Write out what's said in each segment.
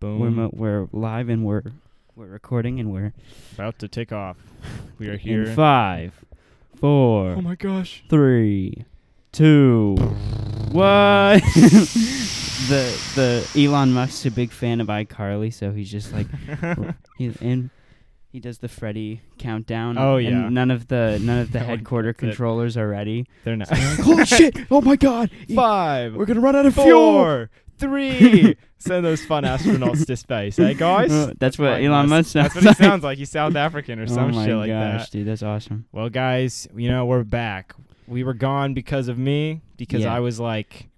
remote. We're live and we're we're recording and we're About to take off. We are in here. five, four, my gosh. three, two, what? the the Elon Musk's a big fan of iCarly, so he's just like he's in. He does the Freddy countdown. Oh, and yeah. none of the none of the No one headquarter gets it. controllers are ready. They're not. Holy shit! Oh my god! Five, gonna run out four, three. Send those fun astronauts to space, eh, guys? Uh, that's what Right, Elon Musk That's sounds what he like. sounds like. He's South African or oh some my shit like gosh, that. dude, that's awesome. Well, guys, you know we're back. We were gone because of me. Because Yeah. I was like,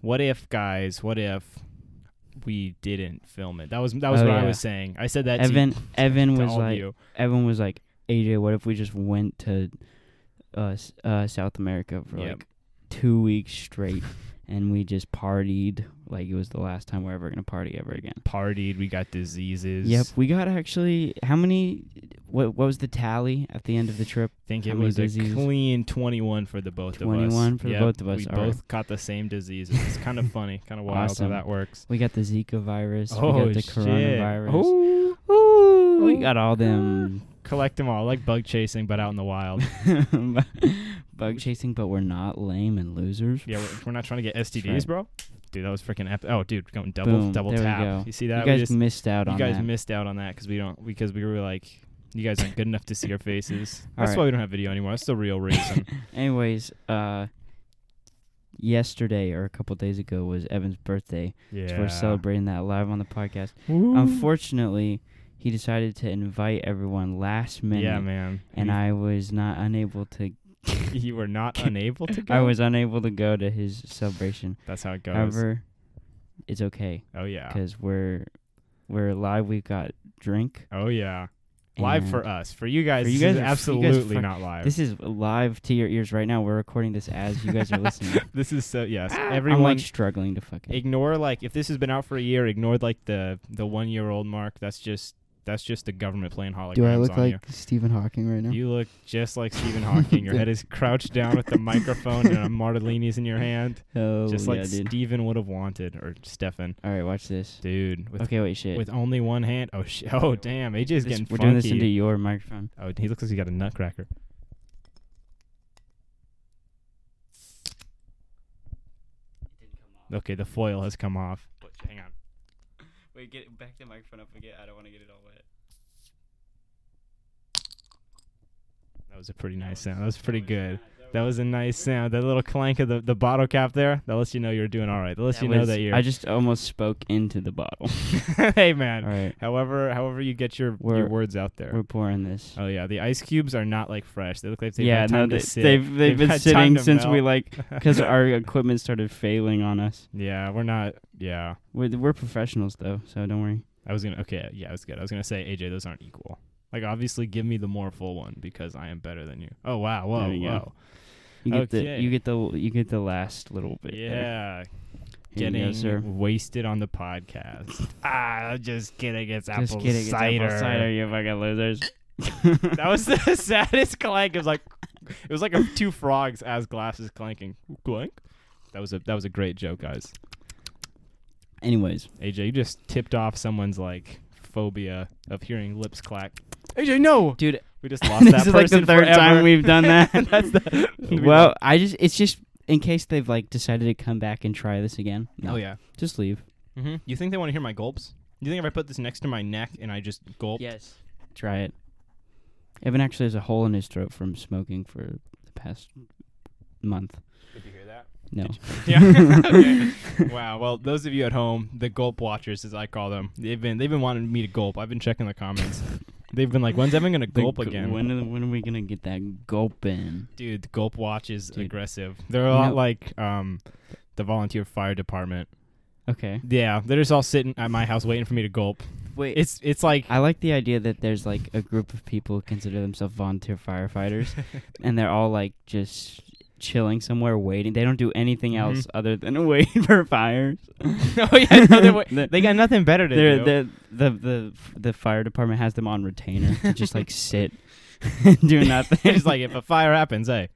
"What if, guys? What if we didn't film it?" That was that was Oh, what I yeah. was saying. I said that to- Evan Evan to, was all of like you. Evan was like AJ, what if we just went to uh, s- uh South America for Yep. like two weeks straight and we just partied like it was the last time we're ever gonna party ever again. partied. We got diseases. Yep, we got actually how many? What what was the tally at the end of the trip? think How it many was a diseases? clean 21 for the both of us. 21 for the both of us, We all right. both caught the same diseases. It's kind of funny, kind of wild Awesome. how that works. We got the Zika virus. oh, we got the shit. coronavirus. Oh, We got all them Collect them all, like bug chasing, but out in the wild. bug chasing, but we're not lame and losers. yeah, we're, we're not trying to get STDs, right. bro. Dude, that was freaking epic. Oh, dude, going double, Boom, double there we tap. go. You see that? you We guys just- missed out you on guys that. missed out on that because we don't because we were like, you guys aren't good enough to see our faces. All That's right. why we don't have video anymore. That's the real reason. Anyways, uh, yesterday or a couple days ago was Evan's birthday, yeah, so we're celebrating that live on the podcast. Woo. Unfortunately, he decided to invite everyone last minute, yeah, man. and You- I was not unable to. you were not unable to go. I was unable to go to his celebration. That's how it goes. However, it's okay oh yeah. because we're we're live. We got drink Oh yeah. Live for and us. For you guys, For you this guys, is it's- you guys absolutely fuck- not live. This is live to your ears right now. We're recording this as you guys are listening. This is so yes. I'm Everyone like struggling to fucking. ignore like if this has been out for a year, ignore like the the one year old mark. That's just that's just the government playing holograms Do I look on like Stephen Hawking right now? you. You look just like Stephen Hawking. Your head is crouched down with the microphone and a martellini's in your hand, oh, just yeah, like dude. Stephen would have wanted or Stefan, All right, watch this. dude. With okay, wait, shit. with only one hand. Oh shit. Oh damn. AJ is This- getting we're funky. doing this into your microphone. Oh, he looks like he got a nutcracker. Okay, the foil has come off. Hang on. Wait, get back the microphone up again. I don't want to get it all wet. That was a pretty nice sound. That was pretty good. That was a nice sound. That little clank of the, the bottle cap there, that lets you know you're doing all right. That lets you know that you're. I just almost spoke into the bottle. hey, all man. right, However, however you get your, We're- your words out there. we're pouring this. Oh, yeah. The ice cubes are not like fresh. They look like they've yeah, had no, time they, to sit. they've they've, been had time sitting to since we melt. like because our equipment started failing on us. yeah, we're not. Yeah. We're, we're professionals though, so don't worry. I was gonna okay, yeah, it was good. I was gonna say, AJ, those aren't equal. Like obviously give me the more full one because I am better than you. Oh wow, whoa, There you go. whoa. You get the Okay. you get the you get the last little bit. there. Yeah. Here you Getting go, sir. wasted on the podcast. ah, I'm just kidding, it's Just apple kidding, cider. it's apple cider, you fucking losers. that was the saddest clank. It was like it was like a, two frogs as glasses clanking. Clank? That was a that was a great joke, guys. Anyways, AJ, you just tipped off someone's like phobia of hearing lips clack. AJ, no. dude, We just lost this that is like the person third forever. time we've done that. That's the, we well, I just it's just in case they've like decided to come back and try this again. No, Oh yeah. just leave. Mm-hmm. You think they want to hear my gulps? You think if I put this next to my neck and I just gulp? Yes, try it. Evan actually has a hole in his throat from smoking for the past month. Did you hear that? No, Yeah. okay. Wow. Well, those of you at home, the gulp watchers, as I call them, they've been they've been wanting me to gulp. I've been checking the comments. they've been like, when's Evan gonna The gulp gu- again? When are, when are we gonna get that gulp in? Dude, the gulp watch is Dude. aggressive. They're a You lot know- like um, the volunteer fire department. Okay, Yeah, they're just all sitting at my house waiting for me to gulp. wait. It's it's like I like the idea that there's like a group of people who consider themselves volunteer firefighters, and they're all like just chilling somewhere waiting. They don't do anything Mhm. else other than wait for fires. oh yeah, no, they're wa- They're- they got nothing better to They're, do. they're, the the the fire department has them on retainer to just like sit do nothing. it's like if a fire happens, hey,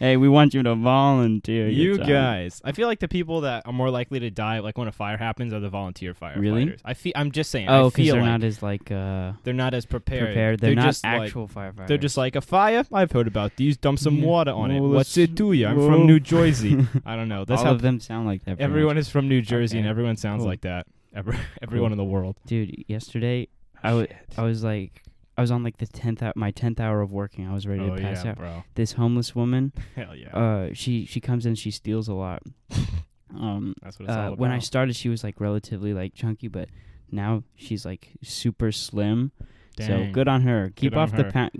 hey, we want you to volunteer. your you time. guys. I feel like the people that are more likely to die like when a fire happens are the volunteer firefighters. Really? I feel. I'm just saying. Oh, I because feel they're like not as like uh, they're not as prepared. prepared. They're, not just like- actual firefighters. they're just like a fire. I've heard about these. Dump some Yeah. water on it. Well, What's let's- it do you? I'm well- from New Jersey. I don't know. That's all how of them sound like that. pretty much. Everyone is from New Jersey, and Okay. everyone sounds Cool. like that. Every, everyone Cool. in the world. Oh, dude. Yesterday, I wa- I was like, I was on like the tenth, hou- my tenth hour of working. I was ready oh to pass yeah, out. bro. This homeless woman, Hell yeah. uh, she she comes in, she steals a lot. Um, That's what it's all uh, about. when I started, she was like relatively like chunky, but now she's like super slim. So Dang. good on her. Keep on off the her. pound.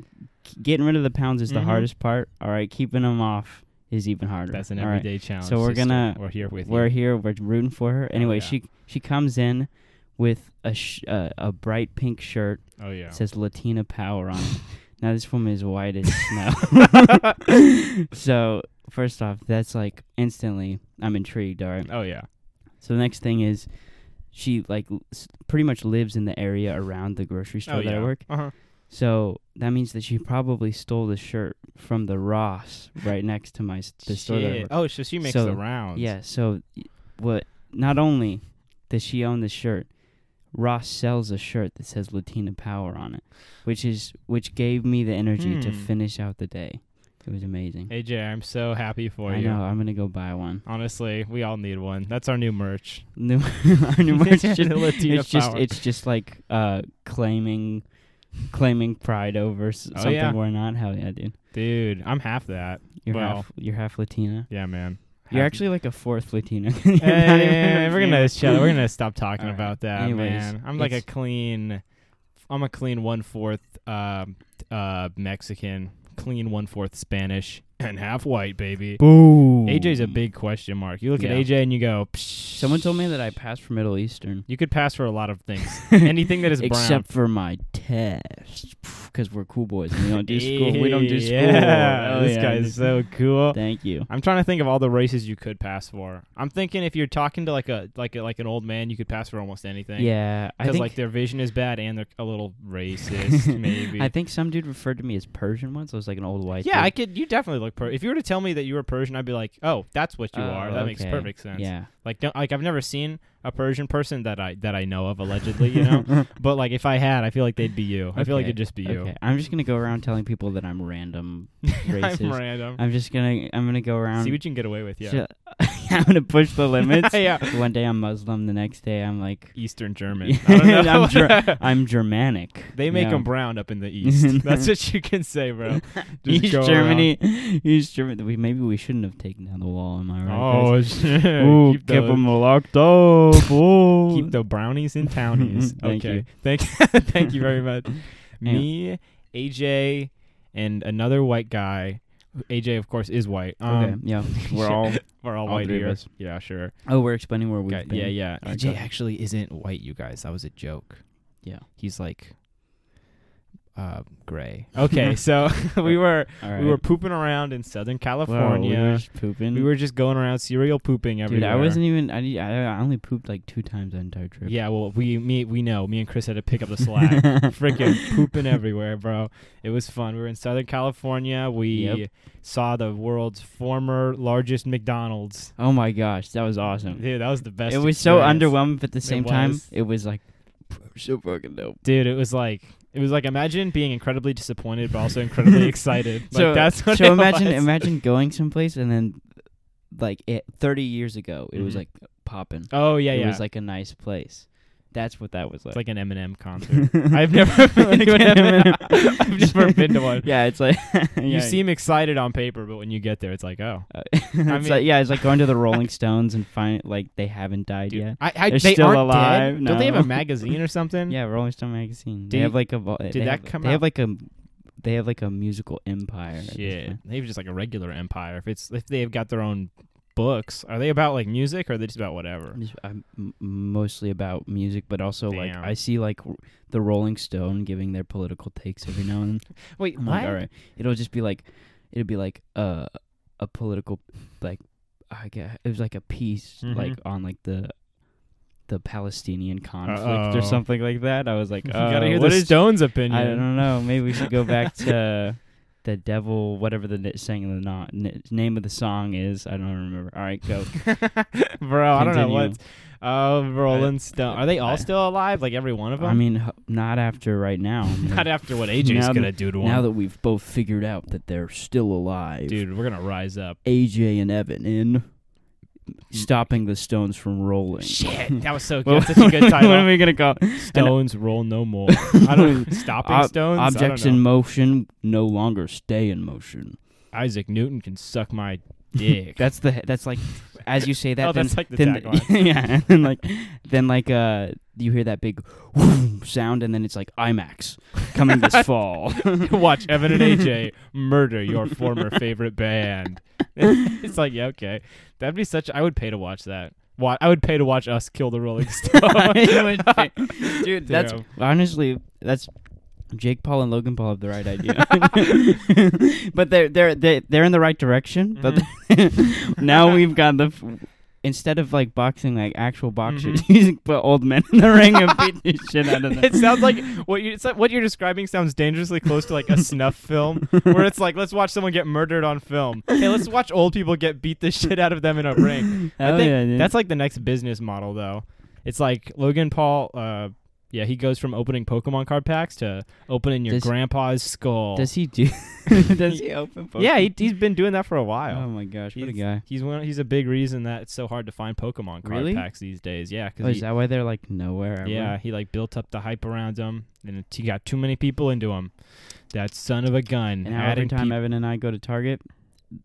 Getting rid of the pounds is the Mhm. hardest part. All right, keeping them off is even harder. That's an All right. everyday challenge. So we're sister. gonna- we're here with We're you. here. We're rooting for her. Anyway, yeah. she she comes in with a sh- uh, a bright pink shirt. Oh yeah. It says Latina Power on it. now this woman is white as snow. so first off, that's like instantly I'm intrigued. All right. oh yeah. So the next thing is she like l- s- pretty much lives in the area around the grocery store oh that yeah. I work. Uh-huh. So that means that she probably stole the shirt from the Ross right next to my s- the store that I Shit. work. Oh, so she makes So, the rounds. Yeah. So y- what? Not only does she own the shirt, Ross sells a shirt that says Latina Power on it, which is which gave me the energy to Hmm. finish out the day. It was amazing. AJ, I'm so happy for I you. know. I'm gonna go buy one. Honestly, we all need one. That's our new merch. New, our new merch. The Just, Latina it's just Power. it's just like uh, claiming claiming pride over s- Oh, something yeah. we're not. Hell yeah, dude. Dude, I'm half that. You're Well. half you're half Latina. Yeah, man. You're Half- actually like a fourth Latina. Hey, we're gonna shut. We're gonna stop talking All right. about that, Anyways, man. I'm like a it's- clean. I'm a clean one fourth uh, uh, Mexican, clean one fourth Spanish, and half white, baby. Boom. AJ's a big question mark. You look Yeah. at AJ and you go. Psh. Someone told me that I passed for Middle Eastern. you could pass for a lot of things. Anything that is brown. Except for my test, because we're cool boys. and We don't do school. We don't do school. Yeah, Oh, this yeah. guy's so cool. Thank you. I'm trying to think of all the races you could pass for. I'm thinking if you're talking to like a like a, like an old man, you could pass for almost anything. Yeah, I Because think like their vision is bad and they're a little racist, maybe. I think some dude referred to me as Persian once. I was like an old white. yeah, I dude. could. You definitely look. Per- if you were to tell me that you were Persian, I'd be like, "Oh, that's what you Oh, are. That makes okay. perfect sense." Yeah, Like, don't, like I've never seen a Persian person that I that I know of allegedly, you know. but like, if I had, I feel like they'd be you. I feel like Okay. it'd just be you. okay. I'm just gonna go around telling people that I'm random. I'm Racist. random. I'm just gonna. I'm gonna go around. Mm-hmm. See what you can get away with, yeah. Sh- I'm gonna push the limits. yeah. One day I'm Muslim. The next day I'm like. Eastern German. I don't know. I'm, Ger- I'm Germanic. they you make know. them brown up in the east. that's what you can say, bro. Just East go around. Germany. East Germany. We, maybe we shouldn't have taken down the wall. Am I right? guys? Oh shit. Ooh, Keep keep, the- them locked up. Ooh. keep the brownies and townies. Thank okay. you. Thank thank you very much. Me, AJ, and another white guy. AJ of course is white. Um, okay. Yeah. We're all. We're all, all white three of here. us. Yeah, sure. Oh, we're explaining where we've Okay, been. Yeah, yeah. Okay. AJ actually isn't white, you guys. That was a joke. Yeah. He's like uh gray. Okay, so we were All right. we were pooping around in Southern Wow, we California. were just pooping. We were just going around cereal pooping Dude, everywhere. I wasn't even. I, need- I I only pooped like two times the entire trip. Yeah, well, we me we know me and Chris had to pick up the slack. Freaking pooping everywhere, bro. It was fun. We were in Southern California. We Yep. saw the world's former largest McDonald's. Oh my gosh, that was awesome. Dude, that was the best. it was so experience. underwhelming, but at the same time, was. it was like so fucking dope. Dude, it was like it was like imagine being incredibly disappointed but also incredibly excited. Like so that's what so it imagine was. imagine going someplace and then like it, thirty years ago, it was Mhm. like popping. Oh yeah, it yeah. was like a nice place. That's what that was like. it's like an Eminem concert. I've never been to an Eminem. I've never been to one. Yeah, it's like You yeah. seem excited on paper, but when you get there, it's like, oh, Uh, it's like, mean- yeah, it's like going to the Rolling Stones and find like they haven't died dude, yet. I, I, They're they still aren't alive? Dead. Don't they have No. a magazine or something? Yeah, Rolling Stone Did- magazine. they have like a vol- did they that have, come They have out- like a they have like a musical empire. at this Shit, point. they've just like a regular empire. If it's if they've got their own books, are they about like music or are they just about whatever? I'm just- I'm m- mostly about music, but also like Damn. I see like r- the Rolling Stone giving their political takes every now and then. Wait, I'm like, all right, it'll just be like it'll be like a a political like I guess it was like a piece Mhm. like on like the the Palestinian conflict Uh-oh. or something like that. I was like, You uh, gotta hear what the is- Stones' opinion. I don't know. Maybe we should go back to the devil, whatever the n- saying of the no- n- name of the song is. I don't remember. All right, go. bro, I don't know Continue. what's. Oh, Rolling Stone. Are they all I- still alive? Like every one of them? I mean, h- not after right now. not after what AJ's Now gonna that- do to now him. that we've both figured out that they're still alive, Dude, we're gonna rise up. AJ and Evan in stopping the stones from rolling. Shit, that was so good. Well, That's such a good what are title. we gonna call it? Stones roll no more. I don't stopping Ob- stones. I don't objects know. in motion no longer stay in motion. Isaac Newton can suck my dick. That's the that's like as you say that. Oh, then, that's like the then tagline. yeah, and then like then like uh you hear that big whoom sound and then it's like IMAX coming this fall. Watch Evan and AJ murder your former favorite band. it's like, yeah, okay. That'd be such. I would pay to watch that. Wa I would pay to watch us kill the Rolling I Stones. would say- dude, that's Damn. honestly that's Jake Paul and Logan Paul have the right idea, but they're they're they're they're in the right direction. Mm. But Mm-hmm. now we've got the f- instead of like boxing, like Mm-hmm. actual boxers, you just put old men in the ring and beat the shit out of them. it sounds like what you it's like what you're describing sounds dangerously close to like a snuff film, where it's like let's watch someone get murdered on film. Hey, let's watch old people get beat the shit out of them in a ring. I Hell think yeah, dude. that's like the next business model, though. It's like Logan Paul. Uh, yeah, he goes from opening Pokemon card packs to opening your Does- grandpa's skull. does he do? does he open? Pokemon? yeah, he, he's been doing that for a while. Oh my gosh, what a guy! He's one. He's a big reason that it's so hard to find Pokemon card Really? packs these days. Yeah, Oh, because is that why they're like nowhere? ever? yeah, he like built up the hype around him, and it- he got too many people into him. That son of a gun. And now every adding time peop- Evan and I go to Target,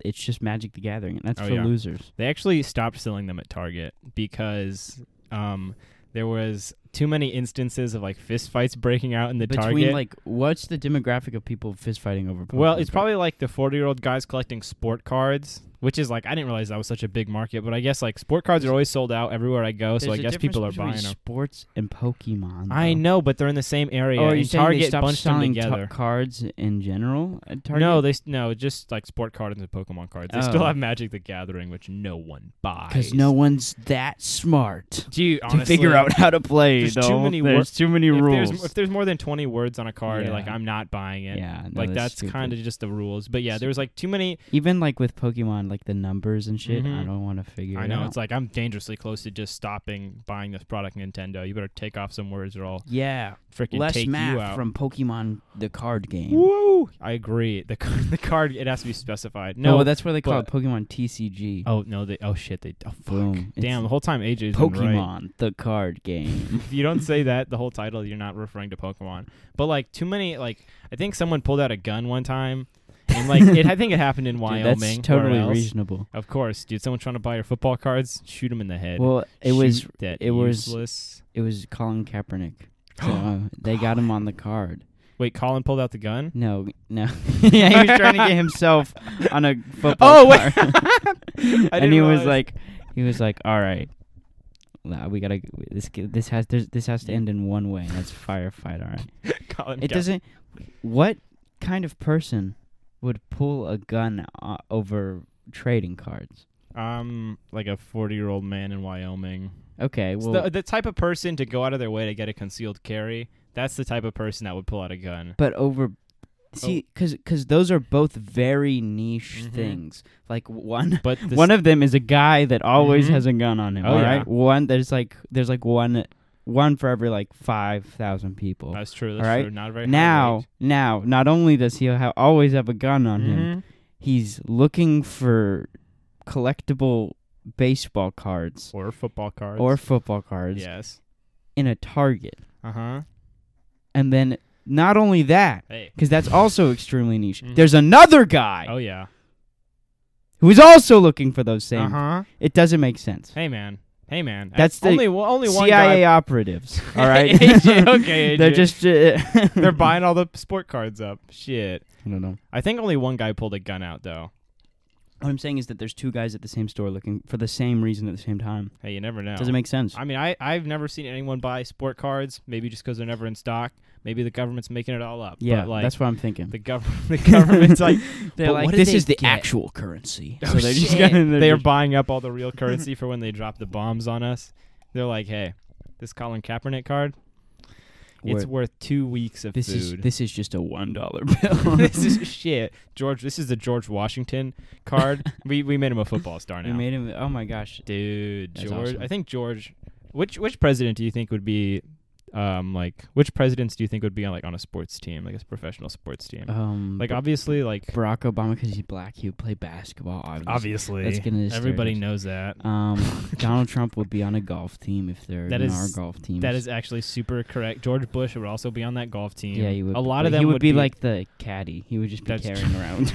it's just Magic the Gathering, and that's Oh, for yeah. losers. They actually stopped selling them at Target because um, there was too many instances of like fist fights breaking out in the Between Target. like, what's the demographic of people fist fighting over? Pokemon well, it's cards? probably like the 40-year-old guys collecting sport cards, which is like I didn't realize that was such a big market, but I guess like sport cards are always sold out everywhere I go, so I There's a guess people are difference buying between them. Sports and Pokemon. I though. know, but they're in the same area. Oh, are you and saying they Target stopped bunched them selling ta- together. cards in general at Target? No, they s- no, just like sport cards and Pokemon cards. They still Oh. have Magic the Gathering, which no one buys. because no one's that smart Dude, honestly, to figure out how to play. there's though. too many wor- there's too many if rules. There's, if there's more than 20 words on a card, Yeah. like I'm not buying it. yeah, no, like that's stupid. kind of just the rules. But yeah, there was like too many. even like with Pokemon, like the numbers and shit. I Mhm. don't want to figure. I it know out. it's like I'm dangerously close to just stopping buying this product, Nintendo. You better take off some words or I'll yeah, freaking less take you math out. from Pokemon the card game. Oh, Woo! I agree. The card, the card it has to be specified. No, No. that's where they call it Pokemon TCG. oh no. They. Oh shit. They. Oh fuck. Boom. It's Damn. The whole time AJ's been right. Pokemon the card game. if you don't say that the whole title you're not referring to pokemon but like too many like i think someone pulled out a gun one time and like it i think it happened in Dude, wyoming that's where totally else. reasonable. of course dude someone trying to buy your football cards shoot them in the head Well, it was Shoot that it was- useless. it was Colin Kaepernick. So uh, they got him on the card. wait colin pulled out the gun No, no. yeah, he was trying to get himself on a football Oh, wait. card. and didn't he was realize. like, he was like, all right. nah, we gotta. This this has there's- this has to end in one way. and That's firefight. All right. colin It Kaep- doesn't. What kind of person would pull a gun uh, over trading cards? um like a 40 year old man in wyoming Okay, It's well, the, the type of person to go out of their way to get a concealed carry that's the type of person that would pull out a gun but over. See, Oh. because those are both very niche Mhm. things. Like one but the one of them is a guy that always Mhm. has a gun on him. Oh, all yeah. right, one there's like there's like one one for every like five thousand people. That's true. That's Alright? true. Not a very high Now, rate. now, not only does he ha- always have a gun on him, Mhm. he's looking for collectible baseball cards or football cards or football cards yes. in a Target, Uh huh. and then not only that, Hey. because that's also extremely niche. Mhm. There's another guy Oh yeah. who is also looking for those same. Uh huh. It doesn't make sense. Hey man. Hey man. That's the only one- only one CIA guy. operatives. All right. AJ, okay. They're AJ. just. Uh, they're buying all the sport cards up. Shit. I don't know. I think only one guy pulled a gun out though. What I'm saying is that there's two guys at the same store looking for the same reason at the same time. Hey, you never know. Does it make sense? I mean, I I've never seen anyone buy sport cards. Maybe just because they're never in stock. Maybe the government's making it all up. yeah, But, like that's what I'm thinking. the government. The government's like they're but like, what did this they is the get?" actual currency. Oh, so they're just shit. gonna, they're they are just- buying up all the real currency for when they drop the bombs on us. They're like, hey, this Colin Kaepernick card. It's Word. worth two weeks of this food. is this is just a one dollar bill. this is shit, George. This is the George Washington card. we we made him a football star we now, made him. Oh my gosh, dude. That's George, awesome. I think George. Which which president do you think would be, um, like which presidents do you think would be on like on a sports team, like a professional sports team? um, like Ba- obviously, like Barack Obama because he's black, he would play basketball. Obviously, obviously, Let's get into this everybody knows stereotypes. that. um, Donald Trump would be on a golf team if there That even is- are golf teams. That is actually super correct. George Bush would also be on that golf team. Yeah, he would. A lot but of them he would, would be, like the caddy. He would just be That's carrying around.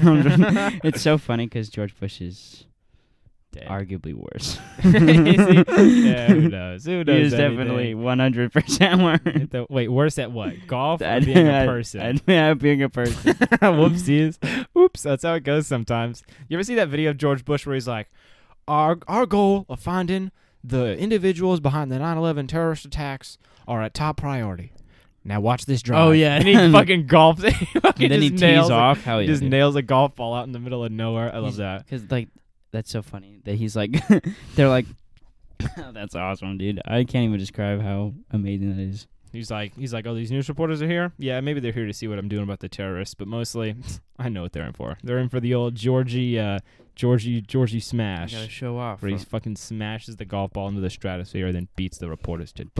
it's so funny because George Bush is dead. arguably worse. yeah, who knows? Who He knows? is anything? definitely one hundred percent worse. Hit the- wait, worse at what? Golf or At- being a at- person? at- yeah, being a person. Whoopsies. Oops, that's how it goes sometimes. You ever see that video of George Bush where he's like, our, our goal of finding the individuals behind the 9 11 terrorist attacks are at top priority. Now watch this drive. Oh, yeah. And he fucking golfs. he fucking and then he just tees nails, off. How He he just nails a golf ball out in the middle of nowhere. I love He's- that. Because like that's so funny that he's like they're like that's awesome, dude. I can't even describe how amazing that is. He's like, he's like, oh, these news reporters are here. Yeah, maybe they're here to see what I'm doing about the terrorists, but mostly, I know what they're in for. They're in for the old Georgie, uh, Georgie, Georgie smash, show off. where he fucking smashes the golf ball into the stratosphere, then beats the reporters to death.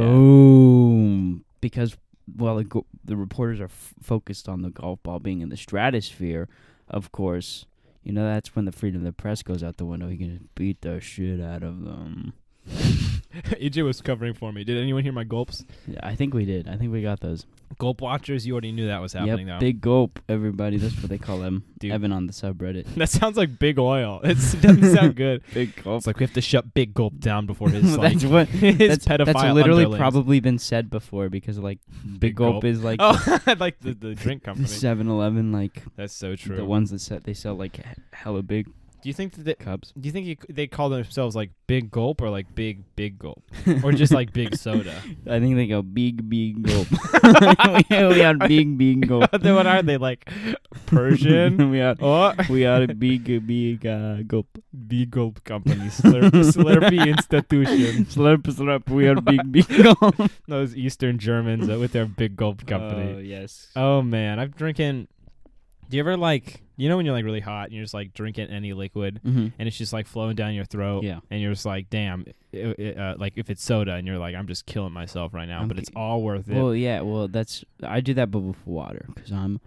Boom. Because well, the, go- the reporters are f- focused on the golf ball being in the stratosphere. Of course, you know that's when the freedom of the press goes out the window. He can just beat the shit out of them. EJ E was covering for me. Did anyone hear my gulps? Yeah, I think we did. I think we got those. Gulp watchers, you already knew that was happening yep, though. big gulp, everybody. That's what they call them. Dude. Evan on the subreddit. that sounds like big oil. It's, it doesn't sound good. Big gulp. It's like we have to shut Big Gulp down before his like that's what his that's, pedophile that's literally underlings. probably been said before because like Big, Big Gulp, Gulp. is like Oh, I like the, the drink company. 7-Eleven, like That's so true. the ones that set, they sell like he- hella big Do you think that the- cups, Do you think you, c- they call themselves like Big Gulp or like Big Big Gulp or just like Big Soda? I think they go big big gulp. we, we had big big gulp. But then what are they like Persian? we had Oh, we had a big big uh, gulp. Big Gulp Company, slurp, Slurpee Institution. Slurp slurp. We are big big gulp. Those Eastern Germans uh, with their Big Gulp Oh Company. yes. oh man, I'm drinking. Do you ever like you know when you're like really hot and you're just like drinking any liquid hmm and it's just like flowing down your throat Yeah. and you're just like damn, it, it, uh, like if it's soda and you're like I'm just killing myself right now, I'm but ki- it's all worth it. Well, yeah. Well, that's I do that, but with water, because I'm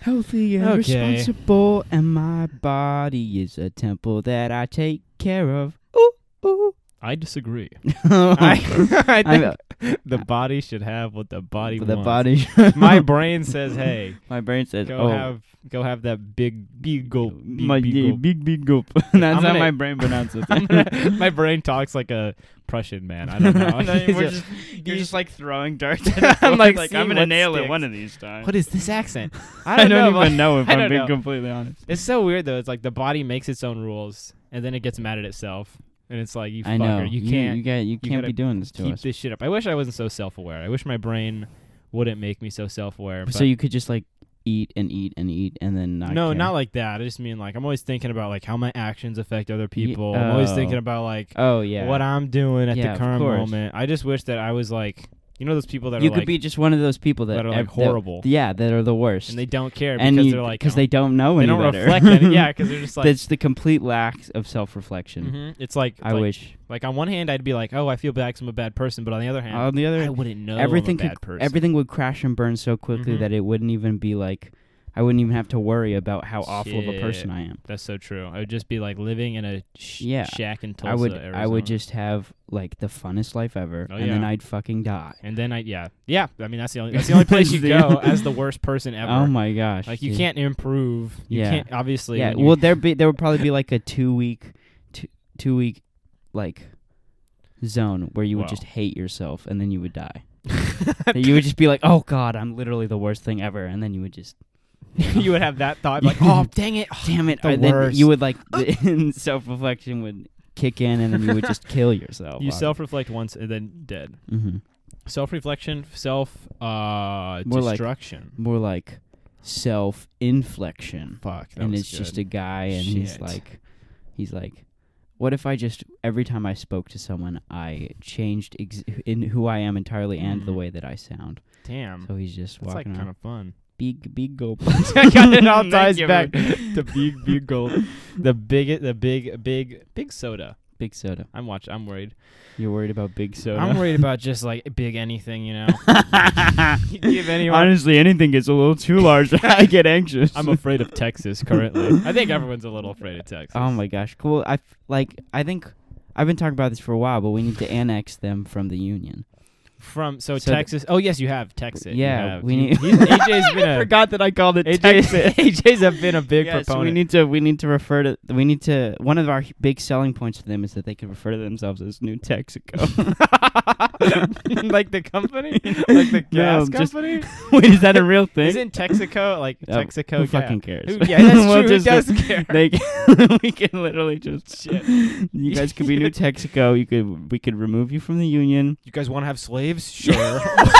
healthy and Okay. responsible, and my body is a temple that I take care of. Ooh, ooh. I disagree. I, I, I I'm, think uh, the body should have what the body the wants. body. My brain says, "Hey, my brain says, go "Oh, have go have that big big gulp." Big, my big yeah, gulp. big big gulp." that's how gonna- my brain pronounces I'm it. gonna- my brain talks like a Prussian man. I don't know. No, He's we're a- just- you're just, like throwing darts. at us, I'm like, like, I'm "See gonna what nail it sticks." one of these times. what is this accent? I don't, know, even know if I I'm don't being know. completely honest. It's so weird though. It's like the body makes its own rules, and then it gets mad at itself, and it's like you fucker, I know you can't You, got, you can't gotta be doing this to keep us. this shit up. I wish I wasn't so self-aware. I wish my brain wouldn't make me so self-aware. but- So you could just like eat and eat and eat and then not. no, care. not like that. I just mean like I'm always thinking about like how my actions affect other Ye- people. I'm always oh. thinking about like Oh yeah. what I'm doing at Yeah, the of current course. moment. I just wish that I was like you know those people that you are could like, be just one of those people that, that are like ev- horrible yeah, that are the worst. and they don't care And because you- they're like 'cause oh, they don't know they any don't better. reflect any, yeah because they're just like that's the complete lack of self-reflection. mhm. it's like I like, wish. like on one hand I'd be like oh I feel bad because I'm a bad person but on the other hand On the other, I wouldn't know I'm a everything bad could person. everything would crash and burn so quickly Mhm. that it wouldn't even be like I wouldn't even have to worry about how awful of a person Shit. I am. That's so true. I would just be like living in a sh- Yeah. shack in Tulsa, I would I Arizona. would just have like the funnest life ever, Oh, and then yeah. I'd fucking die. and then I yeah yeah. I mean that's the only that's the only place you Yeah. go as the worst person ever. Oh my gosh! Like you dude. can't improve. You Yeah. can't obviously. Yeah. when you- Well, there be there would probably be like a two week, two, two week, like zone where you would Wow. just hate yourself and then you would die. That you would just be like, "Oh God, I'm literally the worst thing ever," and then you would just, you would have that thought like, oh dang it, oh, "Damn it!" the or then worst. you would like the self reflection would kick in, and then you would just kill yourself. you self reflect once and then dead. hmm Self reflection, self uh More like- destruction. more like self inflection, Fuck, that and was it's just good. a guy, and he's Shit. like, he's like. what if I just every time I spoke to someone, I changed ex- in who I am entirely and the Mm. way that I sound. Damn. So he's just That's like walking kind around. of fun. Big, big gulp. I got it all Thank ties you, back man. to big, big gold. The big, the big, big, big soda. big soda. I'm watching. I'm worried. You're worried about big soda. I'm worried about just like big anything, you know. You give anyone- Honestly, anything gets a little too large. I get anxious. I'm afraid of Texas currently. I think everyone's a little afraid of Texas. oh my gosh, cool. I f- like. I think I've been talking about this for a while, but we need to annex them from the union. From so, So th- Texas. oh yes, you have Texas. Yeah, we you, need- he's- AJ's been a forgot that I called it AJ, AJ's have been a big Yes, we proponent. need to. We need to refer to. We need to. One of our big selling points to them is that they can refer to themselves as New Texaco. like the company, like the No, gas just- company. Wait, is that a real thing? Isn't Texaco like Oh, Texaco? Who gas? fucking cares? Who- yeah, that's We'll true. just- Who does care? They we can literally just. Shit. You guys could be New Texaco. You could. We could remove you from the union. You guys want to have slaves? Sure.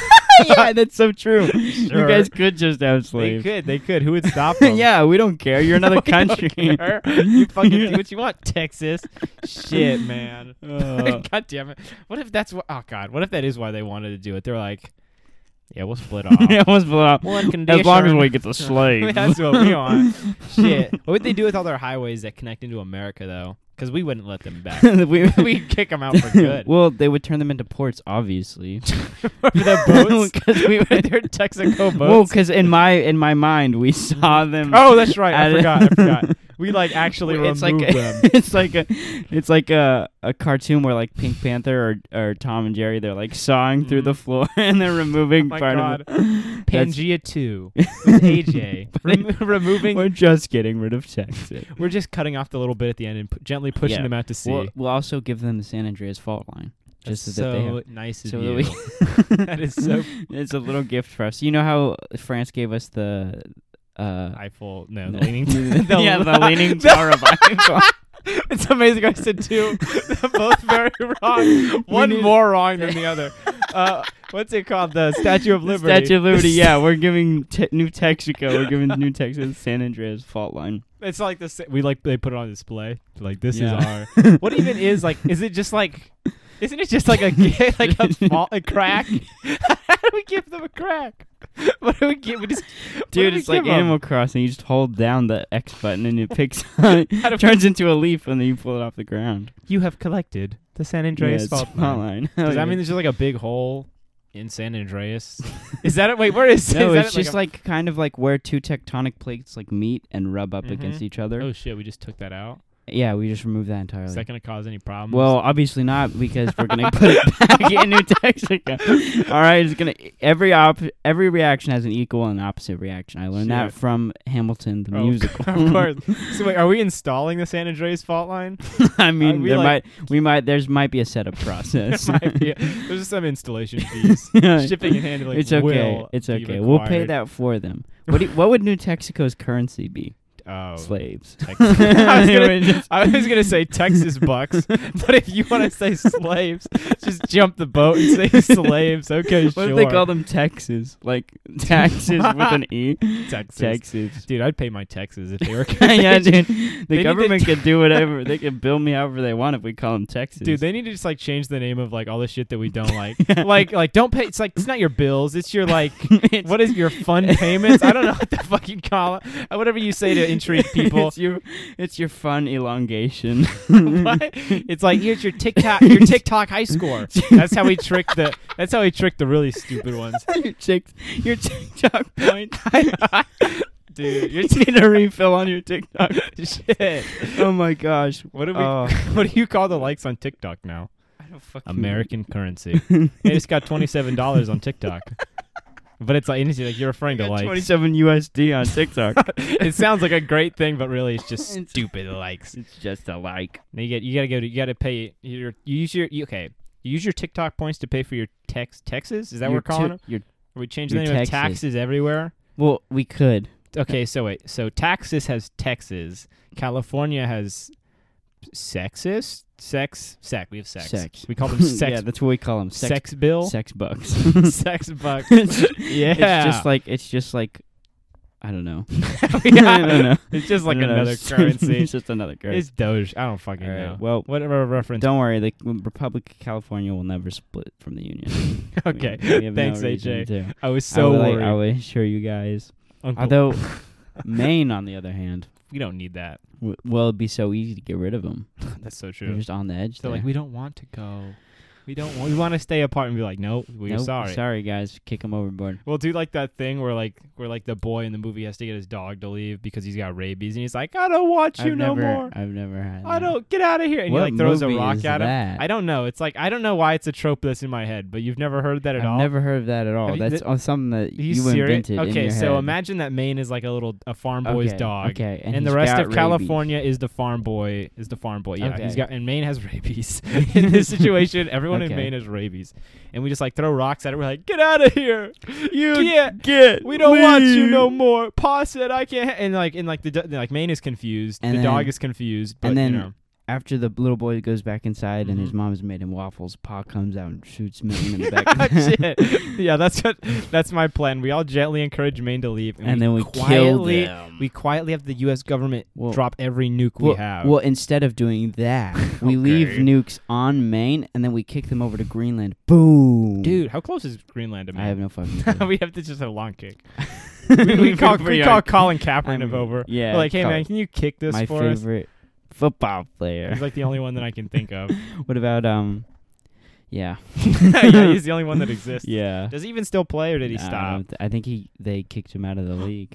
yeah, that's so true. You Sure. guys could just have they slaves. could. They could. Who would stop them? yeah, we don't care. You're another We don't country. care. You fucking do what you want, Texas. Shit, man. Uh, God damn it. What if that's what? Oh God. What if that is why they wanted to do it? They're like, yeah, we'll split off. yeah, what's the- One As long as condition. we get the slaves. That's what we want. Shit. What would they do with all their highways that connect into America though? Because we wouldn't let them back. we, we kick them out for good. well, they would turn them into ports, obviously. For the boats. 'Cause we would- They're Texaco boats. Well, because in my in my mind we saw them. oh, that's right. I Add- forgot. I forgot. We like actually it's like removed a, them. it's like a it's like a, a cartoon where like Pink Panther or, or Tom and Jerry they're like sawing through the floor and they're removing Oh my part God. of it. That's- Pangea 2 with AJ. Remo- removing. We're, We're just getting rid of Texas. just cutting off the little bit at the end and pu- gently pushing Yeah. them out to sea. We'll, we'll also give them the San Andreas fault line, That's just so, that they so have. nice of So you. that that is so it's a little gift for us. You know how France gave us the. Uh, Eiffel. No, the leaning. the- yeah, the leaning tower of Eiffel. It's amazing. I said two. They're both very wrong. One need- more wrong than the other. Uh, what's it called? The Statue of Liberty. Statue of Liberty. Yeah, we're giving te- New Texaco. We're giving New Texas San Andreas fault line. It's like the sa- we like they put it on display. Like this Yeah. is our. What even is like? Is it just like? Isn't it just like a ga- like a, fa- a crack? How do we give them a crack? What do we give? We just what do Dude, we it's like give 'em? Animal Crossing. You just hold down the X button and it picks, it How do we- turns into a leaf, and then you pull it off the ground. You have collected the San Andreas Yeah, it's fault fault line. line. Does that mean there's just like a big hole in San Andreas? is that it? Wait, where is? No, is that it's it, like just a- like, kind of like where two tectonic plates like meet and rub up against Mhm. each other. Oh shit, we just took that out. Yeah, we just remove that entirely. Is that gonna cause any problems? well, obviously not because we're gonna put it back in New Mexico. All right, it's gonna every op every reaction has an equal and opposite reaction. I learned Shit. that from Hamilton the Oh, musical. of course. So wait, are we installing the San Andreas fault line? I mean, we there like- might we might there's might be a setup process. Might be- There's some installation fees, shipping and handling. it's okay. will It's be okay. We'll pay required. that for them. What do you- what would New Mexico's currency be? Oh, Slaves. Texas. I, was Anyway, gonna, just- I was gonna say Texas bucks, but if you want to say slaves, just jump the boat and say slaves. Okay, What sure. if they call them taxes? Like taxes with an e. Texas? Taxes. Dude, I'd pay my taxes if they were. yeah, dude. They need The to government t- can do whatever. They can bill me however they want if we call them taxes. Dude, they need to just like change the name of like all the shit that we don't like. like, like don't pay. It's like it's not your bills. It's your like It's- what is your fun payments? I don't know what the fuck you call it. Uh, Whatever you say to intrigue people. it's your it's your fun elongation. What? It's like here's your TikTok, your TikTok high score. That's how we trick the. That's how we trick the really stupid ones, your tick your TikTok point. dude. You're you need a refill on your TikTok. shit. Oh my gosh. What do we? Oh. what do you call the likes on TikTok now? I don't fucking American currency. They just got twenty seven dollars on TikTok, but it's like, it's like you're referring to Got likes. 27 USD on TikTok. it sounds like a great thing, but really it's just It's- stupid likes. it's just a like. Now you get you gotta go to you gotta pay your you use your you, okay you use your TikTok points to pay for your text texes. Is that what we're calling them? Your, Are we changing the your name of taxes. taxes everywhere? well, we could. Okay, so wait, so Texas has Texas, California has sexist sex sex. We have sex. Sex. We call them sex yeah, that's what we call them. Sex, sex bill sex bucks. sex bucks. It's- yeah, It's just like it's just like I don't know. I don't know. It's just like I don't know, another it's- currency. it's just another currency. It's Doge. I don't fucking All right, know. well, whatever reference. Don't worry, the Republic of California will never split from the Union. We- okay. we have no Thanks, reason AJ. to. I was so I will, like, worried. I will assure you guys. Uncle, Although Maine, on the other hand, we don't need that. w- well, it'd be so easy to get rid of them. That's so They're true. just on the edge. So there. like, we don't want to go. We don't. Want, we want to stay apart and be like, no, we're Nope, sorry. Sorry, guys. Kick them overboard. We'll do like that thing where like where like the boy in the movie has to get his dog to leave because he's got rabies and he's like, I don't want you I've no never, more. I've never had. I that. don't get out of here. And What he like throws a movie rock is at him. that? I don't know. It's like I don't know why it's a trope that's in my head, but you've never heard that at I've all. never heard of that at all. Have you- th- That's uh, something that you you serious? invented. in Okay, your so head. imagine that Maine is like a little a farm boy's Okay, dog. Okay, And, and, the he's rest got of rabies. California is the farm boy. Is the farm boy? Yeah, he's Okay. got. And Maine has rabies. in this situation, everyone in Okay. Maine has rabies, and we just like throw rocks at it. We're like, get out of here! You can't Get. We don't want you leave. no more. Pa said I can't. ha-" And like, and like the do- like Maine is confused. And the dog then- is confused. But and then you know, After the little boy goes back inside and his Mhm. mom's made him waffles, Pa comes out and shoots Milton in the back. of the head. Ah, Oh, shit. Yeah, that's what. That's my plan. We all gently encourage Maine to leave, and, and then we kill quietly them. we quietly have the U.S. government Well- drop every nuke well, we have. well, instead of doing that, we leave Okay. nukes on Maine and then we kick them over to Greenland. Boom, Dude, how close is Greenland to I have Maine? no fucking. clue. we have to just have a long kick. We, we call we call Colin Kaepernick I'm- over. yeah, We're like, hey Col- man, can you kick this my for us? favorite football player. He's like the only one that I can think of. What about um? Yeah. yeah, he's the only one that exists. Yeah. Does he even still play, or did he Nah, I stop? don't th- I, think he they kicked him out of the league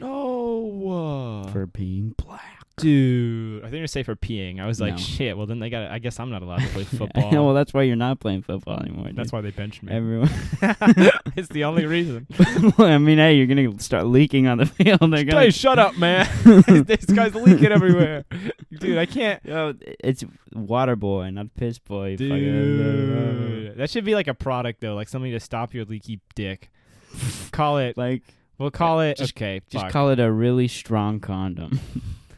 No, for being black. dude. I think you're safe for peeing. I was like, No. shit. Well, then they got. I guess I'm not allowed to play Yeah, well, football. that's why you're not playing football anymore. That's dude. why they benched me. everyone. it's the only reason. well, I mean, hey, you're gonna start leaking on the field. They're gonna. Hey, shut up, man. this guy's leaking everywhere, dude. I can't. Yo, it's water boy, not piss boy. fucker. Dude, that should be like a product though, like something to stop your leaky dick. call it. Like, We'll call it. Just- okay, just fuck. call it a really strong condom.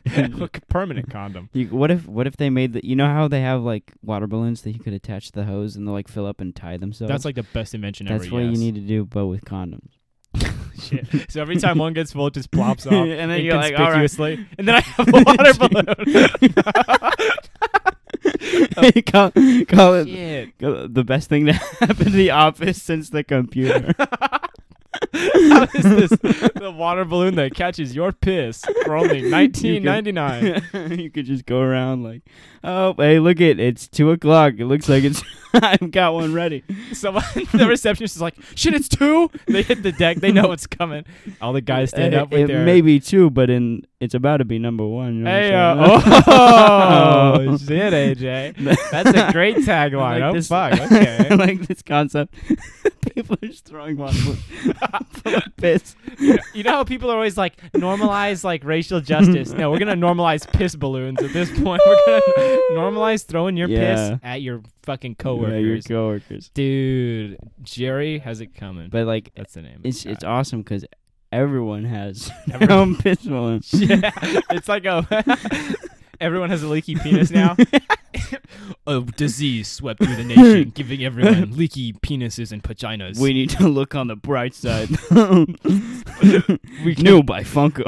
Look, permanent condom. You, what if what if they made the you know how they have like water balloons that you could attach to the hose and they like fill up and tie themselves? That's like the best invention that's ever. what yes. you need to do, but with condoms. Shit. So every time one gets full, it just plops off. and then you're like, all right, inconspicuously, and then I have a water balloon. call, call it Shit. call- Uh, the best thing to happen to the office since the computer. How is this the water balloon that catches your piss for only nineteen ninety nine? you could just go around like, oh, hey, look it, it's two o'clock. It looks like it's I've got one ready. Someone, the receptionist is like, "Shit, it's two. They hit the deck. They know it's coming. All the guys stand Uh, up with it their may be two, but in it's about to be number one. You know what I'm Hey, saying? uh, oh shit, AJ, that's a great tagline. Like oh this- fuck, okay. I like this concept. People are just throwing water full of piss. You know how people are always like normalize like racial justice. No, we're gonna normalize piss balloons at this point. We're gonna normalize throwing your Yeah. piss at your fucking Yeah, your coworkers. coworkers. Dude, Jerry has it coming. But like, that's the name. of it's the it's guy. awesome because everyone has their Everyone- own piss balloon. yeah, it's like a everyone has a leaky penis now. a disease swept through the nation, giving everyone leaky penises and vaginas. We need to look on the bright side. we knew by Funko.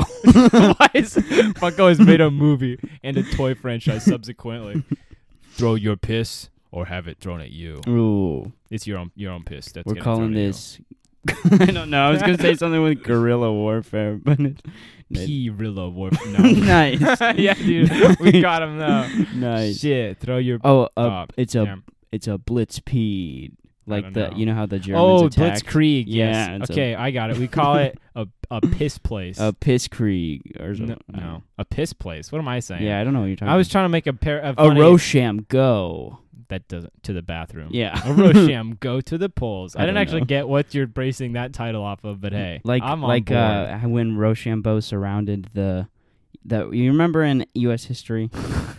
Why is Funko has made a movie and a toy franchise subsequently? Throw your piss or have it thrown at you. Ooh, It's your own your own piss. That's we're getting calling thrown at you. this. I don't know. I was gonna say something with guerrilla warfare, but it, it- P-Rilla Warp. No. nice, yeah, dude, we got him though. nice. Shit, throw your. Oh, uh, Uh, it's a yeah. it's a blitzpeed. Like don't the know. you know how the Germans Oh, attack Blitzkrieg. Yeah, Yes. it's a- okay, I got it. We call it a a piss place. a piss krieg or no, something. no, a piss place. What am I saying? Yeah, I don't know what you're talking. I was trying to make a pair of about. a Rochambeau. that doesn't to the bathroom. Yeah, A Rosham, go to the polls. I, I didn't don't actually know. get what you're bracing that title off of, but hey, like I'm on like board. uh when Rochambeau surrounded the the you remember in U.S. history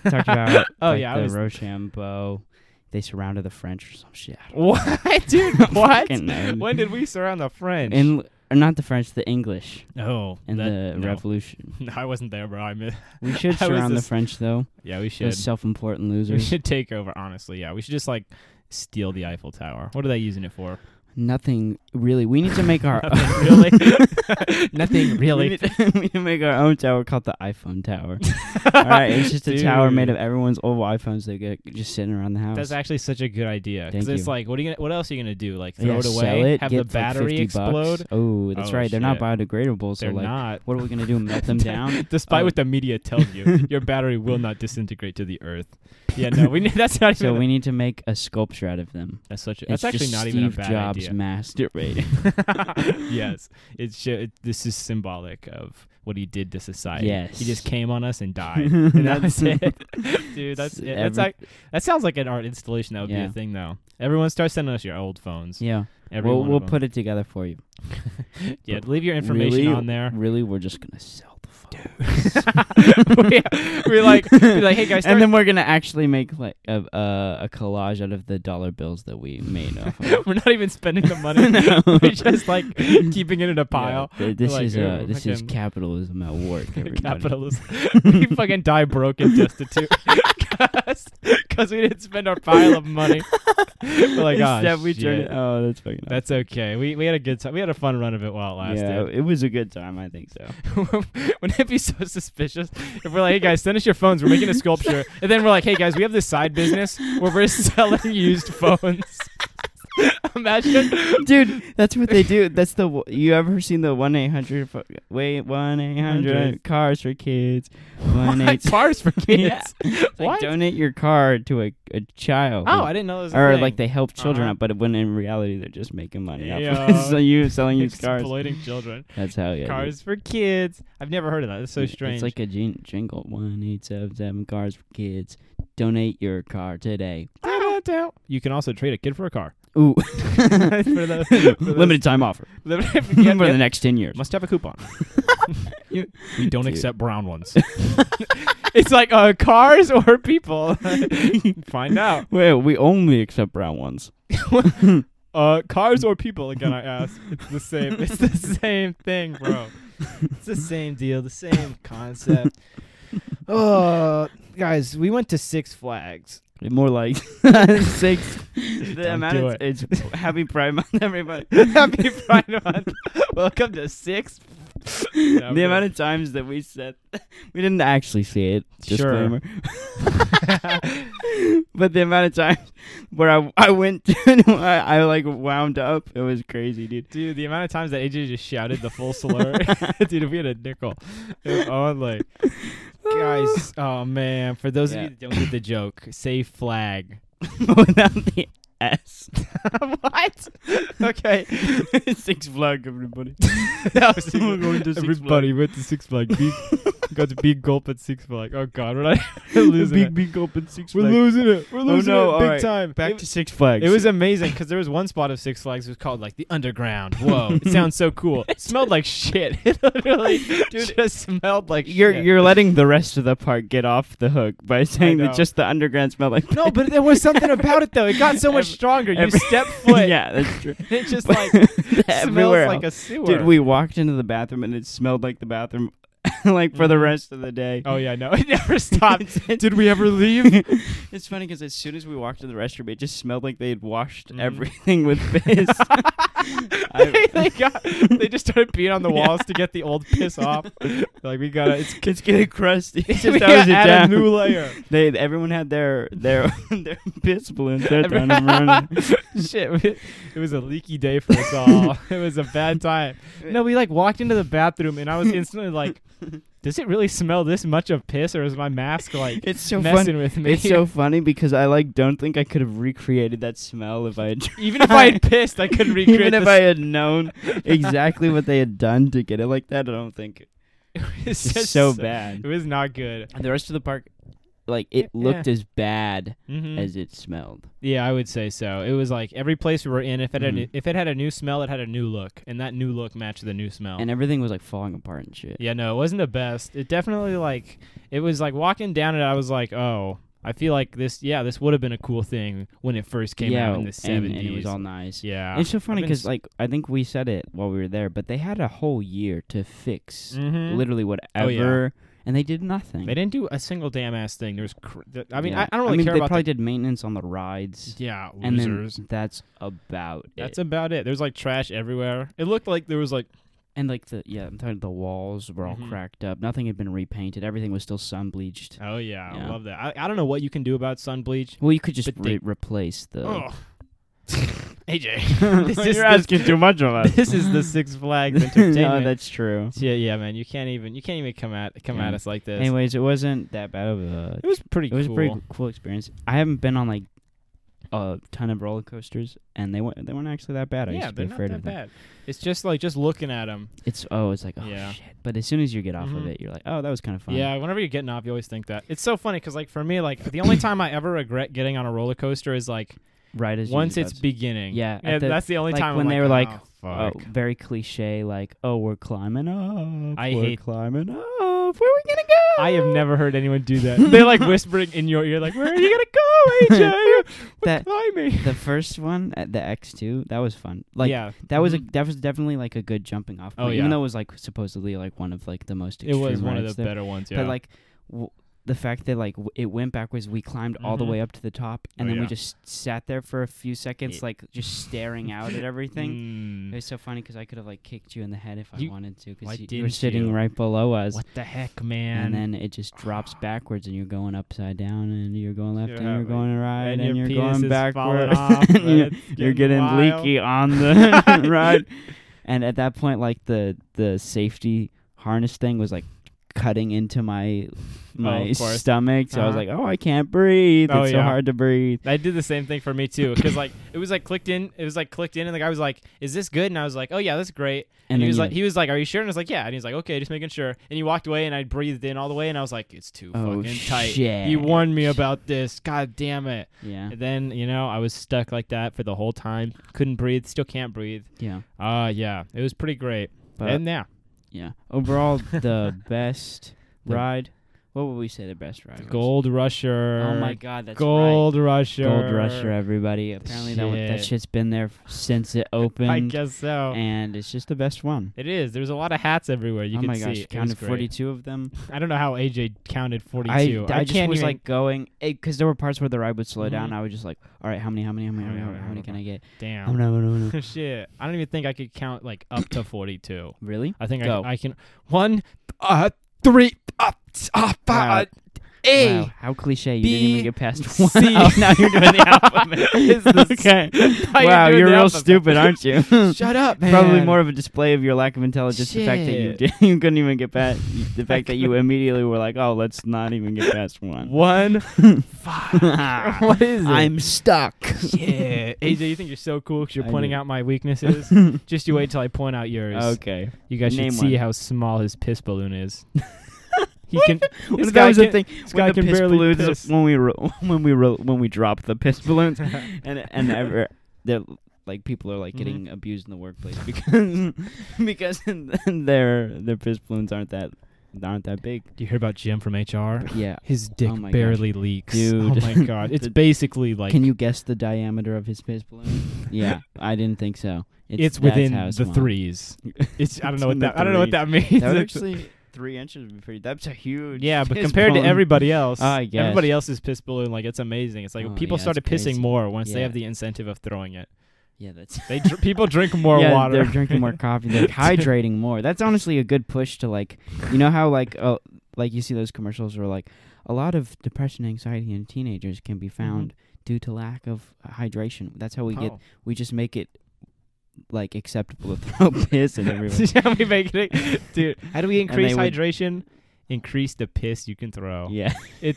talked about Oh, like, yeah, I the was- Rochambeau they surrounded the French or some shit. I don't what, dude? What? fucking know. when did we surround the French? In or not the French, the English oh, in that- the no. Revolution. I wasn't there, bro. I missed. We should I was surround the just- French though. Yeah, we Those should. self-important We losers. should take over. Honestly, yeah, we should just like steal the Eiffel Tower. What are they using it for? nothing really. We need to make our Nothing really? Nothing We really. need, to, we need to make our own tower called the iPhone Tower. All right, it's just a tower Dude. made of everyone's old iPhones that get just sitting around the house. That's actually such a good idea because Thank it's you. like, what are you gonna? What else are you gonna do? Like Yeah, throw it away? sell it, have get the like battery 50 explode? Bucks. Oh, that's Oh, right. They're not shit. biodegradable, so They're like, not. what are we gonna do? Melt them down? Despite Oh. what the media tells you, your battery will not disintegrate to the earth. Yeah, no, we need, that's not even. So we need to make a sculpture out of them. that's such. A, It's that's actually just not Steve even a bad Jobs idea. masturbating. yes, it's ju- it, this is symbolic of what he did to society. Yes. he just came on us and died, and that was it, dude. That's it. that's Every- like that sounds like an art installation. That would be Yeah. a thing, though. Everyone, start sending us your old phones. Yeah, Every we'll one of we'll them. put it together for you. yeah, leave your information Really? on there. Really, we're just gonna sell the phone. we, we like, we like, hey guys, start and then we're gonna actually make like a, a a collage out of the dollar bills that we made. Off of. We're not even spending the money. No. We're just like keeping it in a pile. Yeah, th- this Like, is uh, ooh, this is fucking- capitalism at work. Everybody. Capitalism. we fucking die broke and destitute because we didn't spend our pile of money. We're like, "Ah, Instead we turn shit." it- Oh, that's fucking. awesome. That's okay. We we had a good time. We had a fun run of it while it yeah, lasted. it was a good time. I think so. Wouldn't it be so suspicious if we're like, hey guys, send us your phones. We're making a sculpture, and then we're like, hey guys, we have this side business where we're selling used phones. Imagine Dude, that's what they do. That's the w- you ever seen the one eight hundred wait one eight hundred Hundred. cars for kids one eight cars for kids. like What? donate your car to a, a child Oh, I didn't know this. or like they help children Uh-huh. up, but when in reality they're just making money off Yeah. of it. so you selling used cars. exploiting children. That's how Oh, yeah. Cars for kids. I've never heard of that. That's so strange. It's like a jing- jingle. One eight seven seven cars for kids. Donate your car today. Da-da-da. you can also trade a kid for a car. Ooh, the- for those- limited time offer Limited- for yep, the yep. next ten years. Must have a coupon. You- we don't Dude. accept brown ones. it's like uh, cars or people. Find out. Well, we only accept brown ones. Uh, cars or people? Again, I ask. It's the same. It's the same thing, bro. It's the same deal. The same concept. Oh, guys, we went to Six Flags. More like six. The Don't amount do of- it's, happy Pride Month, everybody. Happy Pride Month. Welcome to Six. No, the I'm amount of times that we said we didn't actually say it. Sure. Disclaimer. but the amount of times where I I went to I, I like wound up. It was crazy, dude. Dude, the amount of times that AJ just shouted the full slur. Dude, if we had a nickel. On like guys, oh man, for those Yeah. of you that don't get the joke, say flag. without the S. what? Okay. Six flag, everybody. That was We're going to Six Everybody went to Six Flag. Big, got the big gulp at Six Flag. Oh god, we're not we're losing big it. big open Six We're Flags. Oh, losing it. We're losing no, it big alright. time. Back it, to Six Flags. it was amazing because there was one spot of Six Flags it was called like the Underground. Whoa, it sounds so cool. It smelled like shit. It literally Dude, just smelled like You're shit. you're letting the rest of the park get off the hook by saying that know. just the underground smell like No, but there was something about it though. It got so much Every- stronger. You every- step foot. yeah, that's true. and It just But like smells everywhere like a else. sewer. Dude, we walked into the bathroom and it smelled like the bathroom, like for the Mhm. rest of the day. oh yeah, no, it never stopped. Did we ever leave? it's funny because as soon as we walked in the restroom, it just smelled like they had washed Mhm. everything with piss. I- they got. They just started peeing on the walls to get the old piss off. like we gotta. It's it's getting crusty. It we just gotta hose it add down. a new layer. They everyone had their their their piss balloons. They're throwing them around. Shit, we- it was a leaky day for us all. it was a bad time. No, we like walked into the bathroom and I was instantly like, "Does it really smell this much of piss, or is my mask like It's so messing funny. with me?" It's so funny because I like don't think I could have recreated that smell if I had Even if I had pissed, I couldn't recreate. Even if the I had known exactly what they had done to get it like that, I don't think It's it's just so bad. It was not good. And the rest of the park, like it Yeah. looked as bad hmm as it smelled. yeah, I would say so. It was like every place we were in, if it had Mhm. if it had a new smell, it had a new look, and that new look matched the new smell. And everything was like falling apart and shit. yeah, no, it wasn't the best. It definitely like it was like walking down it. I was like, oh, I feel like this. Yeah, this would have been a cool thing when it first came yeah, out in the and, seventies. and it was all nice. yeah. It's so funny been because s- like I think we said it while we were there, but they had a whole year to fix Mhm. literally whatever. Oh, yeah. And and they did nothing. They didn't do a single damn ass thing. There's, cr- th- I mean, Yeah. I, I don't really mean, care they about. probably did maintenance on the rides, the, yeah, and losers. then that's about That's it. about it. There's like trash everywhere. It looked like there was like and like the yeah, I'm talking the walls were all Mhm. cracked up. Nothing had been repainted. Everything was still sun bleached. Oh yeah, I Yeah. love that. I, I don't know what you can do about sun bleach. Well, you could just But they- Oh, re- replace the. Ugh. AJ, This this is is the- too much of us. This is the Six Flags no, entertainment. that's true. yeah, yeah, man. You can't even you can't even come at come at Yeah. us like this. Anyways, it wasn't that bad of a. it was pretty. It was cool. a pretty g- cool experience. I haven't been on like a ton of roller coasters, and they weren't they weren't actually that bad. I Yeah, used to they're be not afraid that of them. bad. It's just like just looking at them. It's oh, it's like oh Yeah. shit. But as soon as you get off of Mhm. it, you're like, oh, that was kind of fun. Yeah, whenever you're getting off, you always think that. It's so funny because like for me, like the only time I ever regret getting on a roller coaster is like Right as you once about it's to- beginning. Yeah, Yeah, at the- that's the only like time when I'm they were like, oh, oh, fuck. very cliche, like oh, we're climbing up. I we're hate- climbing up. Where are we gonna go? I have never heard anyone do that. They're like whispering in your ear, like, "Where are you gonna go, AJ? We're That- climbing." The first one at the X two, that was fun. Like yeah, that was a, Mhm. that was definitely like a good jumping off Oh, point. yeah. Even though it was like supposedly like one of like the most it extreme was one of the rides there. better ones. Yeah, But like w- the fact that like w- it went backwards, we climbed all the Mhm. way up to the top, and Oh, then we yeah. just sat there for a few seconds, Yeah. like just staring out at everything. It Mm. was so funny because I could have like kicked you in the head if I You- wanted to why because you, you were didn't sitting you? right below us, what the heck, man? and then it just drops backwards, and you're going upside down, and you're going left, You're and you're having- going right, and and, your you're penis going is falling backwards. off, and you're, it's you're getting wild. leaky on the ride, and at that point, like the the safety harness thing was like cutting into my my Oh, of course. stomach, so I was Uh-huh. like, oh, I can't breathe. Oh, it's so yeah. hard to breathe. I did the same thing for me too, because like it was like clicked in. It was like clicked in, and the guy was like, "Is this good?" And I was like, "Oh yeah, that's great." And, And he then was you like, he was like, "Are you sure?" And I was like, "Yeah." And he was like, "Okay, just making sure." And he walked away, and I breathed in all the way, and I was like, "It's too Oh, fucking tight." shit. He warned me about this. God damn it! yeah, And then you know I was stuck like that for the whole time. Couldn't breathe. Still can't breathe. yeah, Uh yeah, it was pretty great. but and yeah, yeah. Overall, the best The- ride. What would we say the best ride? was? Gold Rusher. Oh my God, that's right. Gold Rusher. Gold Rusher, everybody. Apparently that one, that Shit. shit's been there f- since it opened, I guess so. and it's just the best one. it is. There's a lot of hats everywhere. You oh can my see. gosh, It was counted great. 42 of them. I don't know how AJ counted 42. I, I, I just can't was even- like Mm. going because there were parts where the ride would slow down. Mhm. I was just like, all right, how many, how many, how many, How how many, many, how how many, many, can I get? damn. Oh, no, no, no, no. Shit. I don't even think I could count like up to 42. Really? I think Go. I, I can. One, uh, three, uh, t- uh, Wow. uh, A. Wow, how cliche! You didn't B, even get past one. C. Oh, now you're doing the alphabet. It's the- okay. Now you're wow, doing you're the real alphabet. stupid, aren't you? Shut up, man. Probably more of a display of your lack of intelligence. The fact that you Shit. did, you couldn't even get past the fact that you immediately were like, "Oh, let's not even get past one." One, five. what is it? I'm stuck. Yeah, AJ, you think you're so cool because you're I pointing do. out my weaknesses. Just you wait till I point out yours. okay. You guys Name should see one. how small his piss balloon is. he can. What This if guy that was the can- thing? this when guy the can piss barely balloons piss. when we ro- when we ro- when we drop the piss balloons and and ever they're like people are like Mhm. getting abused in the workplace because because their their piss balloons aren't that aren't that big. Do you hear about Jim from HR? Yeah. His dick Oh my gosh. barely leaks. Dude. Oh my god. It's The- basically like Can you guess the diameter of his piss balloon? yeah, I didn't think so. it's, that's within how the small. threes. It's I don't It's know what in the that I don't know what threes. that means. That would It's- actually three inches would be pretty. That's a huge. yeah, but piss compared to balloon. everybody else, I guess. everybody else's piss balloon, like it's amazing. It's like Oh, people yeah, it's started pissing crazy. more once they Yeah. have the incentive of throwing it. Yeah, that's. They dr- people drink more yeah, water. They're drinking more coffee. They're hydrating more. That's honestly a good push to like, you know how like uh, like you see those commercials where like a lot of depression, anxiety in teenagers can be found due to lack of hydration. That's how we get. Mm-hmm. Oh. We just make it like acceptable to throw piss at everyone. Shall we make it, dude? How do we increase would- hydration? Increase the piss you can throw. Yeah, Oh. It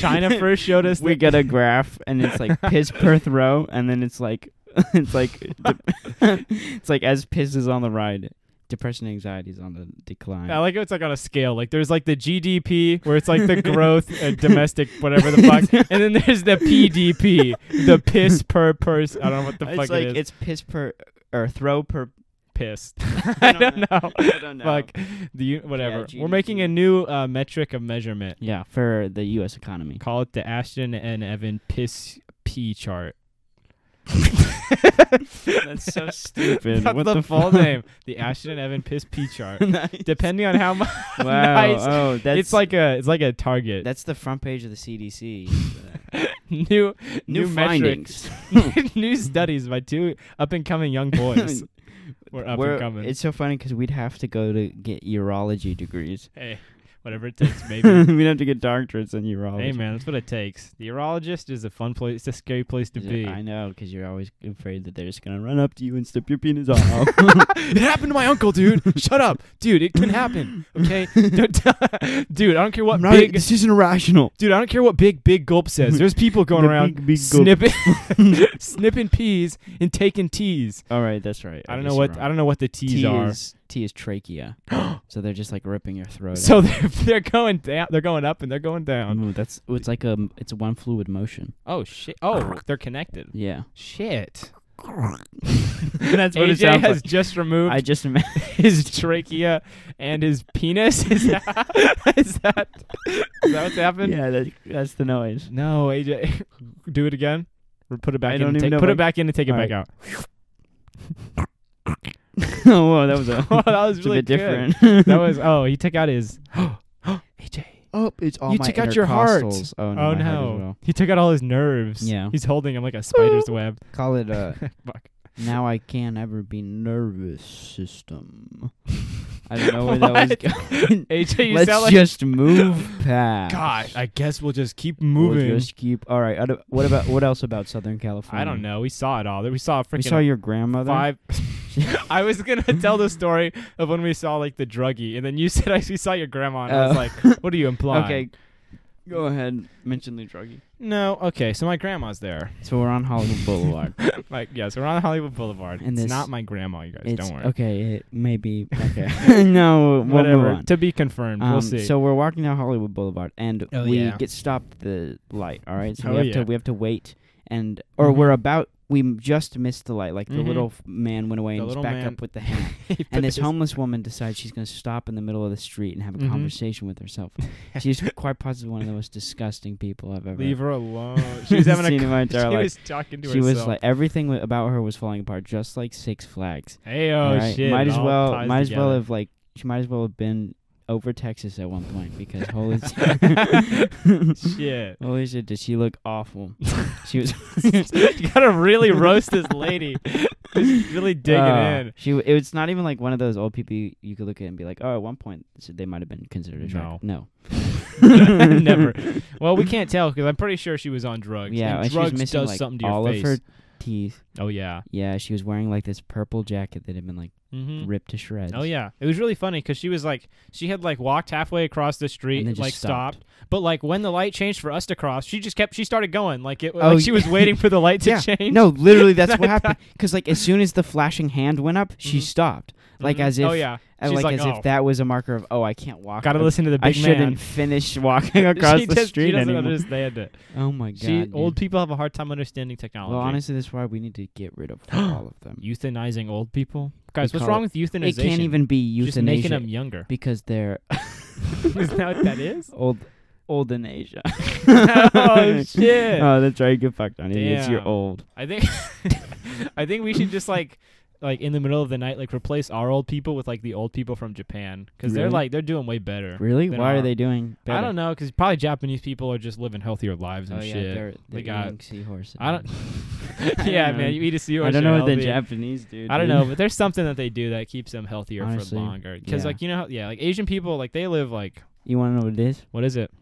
China first showed us we that- get a graph and it's like piss per throw, and then it's like it's like de- it's like as piss is on the ride, depression, anxiety is on the decline. I like how it's like on a scale. Like there's like the GDP where it's like the growth and domestic whatever the fuck, and then there's the PDP, the piss per person. I don't know what the it's fuck like it is. it's piss per or throw per. piss. I don't know. I don't know. Fuck the u- whatever. We're GDP. making a new uh, metric of measurement. Yeah, for the U.S. economy. Call it the Ashton and Evan piss P chart. That's so stupid. That's what the, the full fuck? name? The Ashton and Evan Piss P chart. nice. Depending on how much, Wow. nice. Oh, that's it's like a it's like a target. that's the front page of the CDC. new New, metrics, findings. new studies by two up and coming young boys. We're up We're- and coming. It's so funny because we'd have to go to get urology degrees. hey, whatever it takes, baby. we'd have to get doctorates in urology. hey man, that's what it takes. The urologist is a fun place. It's a scary place to Yeah, be. I know, because you're always afraid that they're just gonna run up to you and snip your penis off. it happened to my uncle, dude. Shut up, dude. It can happen. Okay, don't tell, dude. I don't care what I'm not- big. This isn't irrational. Dude, I don't care what big big gulp says. There's people going The around big, big gulp. snipping, snipping peas and taking teas. All right, that's right. I don't know what I don't know what the teas T are. is T is trachea, so they're just like ripping your throat. So they're they're going down. They're going up and they're going out. down. Ooh, that's it's like a it's a one fluid motion. Oh shit! Oh, they're connected. Yeah, Shit. that's AJ what it sounds has like. just removed I just ima- his trachea and his penis. Is that is that, is that what's happened? yeah, that, that's the noise. No, AJ, do it again. Or Put it back I in. don't and even take- know put if it back in and take it All back right. out. oh, whoa, that was a Well, that was it's really a bit good. different. That was oh, he took out his AJ. oh, it's all You my took out your heart. intercostals. Oh no, Oh my heart as no, well. he took out all his nerves. Yeah. he's holding him like a spider's web. Call it a Fuck. Now I can't ever be nervous system. I don't know where that was going. AJ, you sound Let's like just move past. God. I guess we'll just keep We'll moving. just keep. All right. I don't- What about what else about Southern California? I don't know. We saw it all. We saw a freaking We saw your grandmother. five. I was gonna tell the story of when we saw like the druggie, and then you said I we saw your grandma, and I was Oh. like, "What do you imply?" Okay. Go ahead. Mention the druggie. No. Okay. So my grandma's there. So we're on Hollywood Boulevard. Like, yeah. So we're on Hollywood Boulevard. And it's this- not my grandma, you guys. it's Don't worry. okay. It maybe okay. no. we'll move Whatever. on. To be confirmed. we'll Um, see. So we're walking down Hollywood Boulevard, and Oh, we yeah. get stopped at the light. All right, so Oh, we have yeah. to we have to wait, and or Mhm. we're about we m- just missed the light. Like the Mhm. little f- man went away The and was little back man. up with the hand. He put and this his- homeless woman decides she's going to stop in the middle of the street and have a Mhm. conversation with herself. she's quite possibly one of the most disgusting people I've ever Leave her alone. She was having seen a. in my She entire life. was talking to she herself. was like everything wa- about her was falling apart, just like Six Flags. "Hey, oh all right? shit!" Might it as all well, ties might as well together. have like she might as well have been over Texas at one point because holy shit. holy shit, did she look awful? She was you gotta really roast this lady. Just really digging Uh, in. She w- it's not even like one of those old people you, you could look at and be like, oh, at one point s- they might have been considered attractive. No, Never. Well, we can't tell because I'm pretty sure she was on drugs. yeah, and and she drugs was missing does like something to your all face. of her teeth. oh yeah. Yeah, she was wearing like this purple jacket that had been like Mm-hmm. ripped to shreds. Oh yeah, it was really funny because she was like, she had like walked halfway across the street, And then just like stopped. stopped. But like when the light changed for us to cross, she just kept, she started going like it, Oh, like she was waiting for the light to Yeah. change. No, literally, that's what That- happened. Because like as soon as the flashing hand went up, she Mhm. stopped. Like Mhm. as if, oh yeah, uh, She's like, like, as "Oh." if that was a marker of oh, I can't walk. gotta I- listen to the big I shouldn't man. finish walking across she the just, street she doesn't anymore. understand it. Oh my god, She, dude. old people have a hard time understanding technology. Well, honestly, that's why we need to get rid of all of them. euthanizing old people, guys. We what's call wrong with it- euthanization? It can't even be just making euthanasia them younger. because they're Is that what that is? old, old in Asia. Oh, shit. Oh, that's right. Get fucked on idiots. You're Damn. old. I think I think we should just like like in the middle of the night like replace our old people with like the old people from Japan because they're Really? like they're doing way better. Really? They Why are. are they doing? Better? I don't know because probably Japanese people are just living healthier lives Oh and yeah, shit. they're, They they're got- eating seahorses. I don't. I yeah, don't know. man, you eat a seahorse. I don't know you're what the healthy. Japanese do. I don't dude. know, but there's something that they do that keeps them healthier Honestly, for longer. Because yeah. like you know, how, yeah, like Asian people like they live like You want to know what it is? what is it?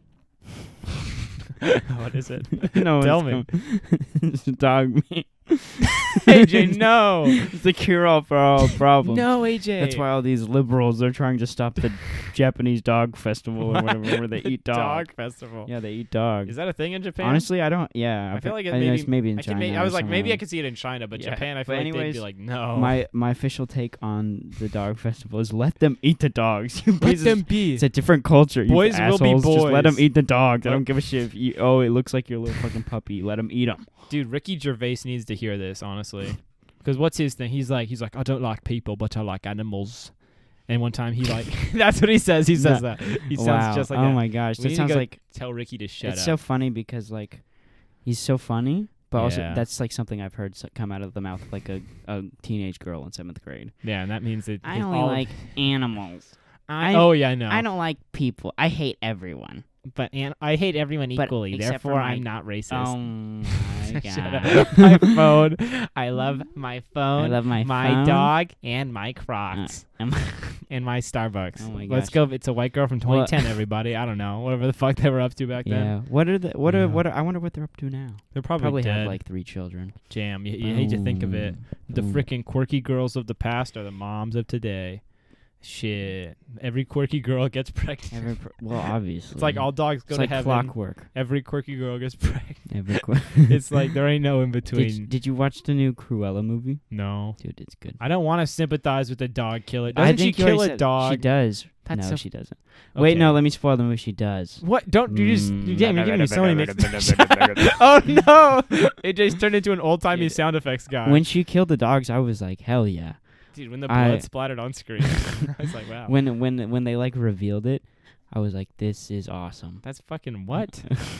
what is it? no, Tell me. one's coming. it's dog meat. AJ, no, It's the cure all for all problems. no, AJ. That's why all these liberals are trying to stop the Japanese dog festival or whatever, where they eat dog. dog festival. Yeah, they eat dog. Is that a thing in Japan? Honestly, I don't. Yeah, I feel like it I know maybe- it's maybe in I, China. can may- I or was like, somewhere maybe I like- could see it in China, but Yeah. Japan, I feel But like they'd be anyways, like, no. My my official take on the dog festival is let them eat the dogs. You pieces- be. It's a different culture. you Boys will be assholes. Just let them boys. eat the dogs. I Let- don't give a shit if you. Oh, it looks like your little fucking puppy. Let them eat them. Dude, Ricky Gervais needs to hear this, honestly. Because what's his thing? He's like, he's like, I don't like people, but I like animals. And one time he like, that's what he says. He says that. He sounds wow. just like Oh that. my gosh, We need that to sounds go like Tell Ricky to shut it's up. so funny because like he's so funny, But also, Yeah. that's like something I've heard s- come out of the mouth of like a, a teenage girl in seventh grade. Yeah, and that means that I it's only all- like animals. I- oh yeah, I know. I don't like people. I hate everyone. But an- I hate everyone But equally. except for Therefore, my- I'm not racist. Oh my god! Shut up. my phone. I love my phone. I love my my phone. dog and my Crocs Am- and my Starbucks. Oh my Let's go. It's a white girl from Well- 2010. everybody, I don't know whatever the fuck they were up to back then. yeah. What are the? What are? Yeah. What are? I wonder what they're up to now. They're probably, Probably dead. have like three children. jam. You, you hate to think of it. The Boom. freaking quirky girls of the past are the moms of today. Shit, every quirky girl gets pregnant. Every per- well, obviously. it's like all dogs go It's to like heaven. clockwork. Every quirky girl gets pregnant. Every qu- it's like there ain't no in between. did, did you watch the new Cruella movie? no. Dude, it's good. I don't want to sympathize with the dog killer. I Doesn't she think you already kill said a it. dog? She does. That's no, so- she doesn't. Wait, Okay. no, let me spoil the movie. She does. What? Don't you just? Mm. Damn, you're giving me so many mixed. oh no! It just turned into an old timey Yeah. sound effects guy. When she killed the dogs, I was like, hell yeah. Dude, when the I- blood splattered on screen, I was like, wow, When when when they like revealed it, I was like, this is awesome. that's fucking what?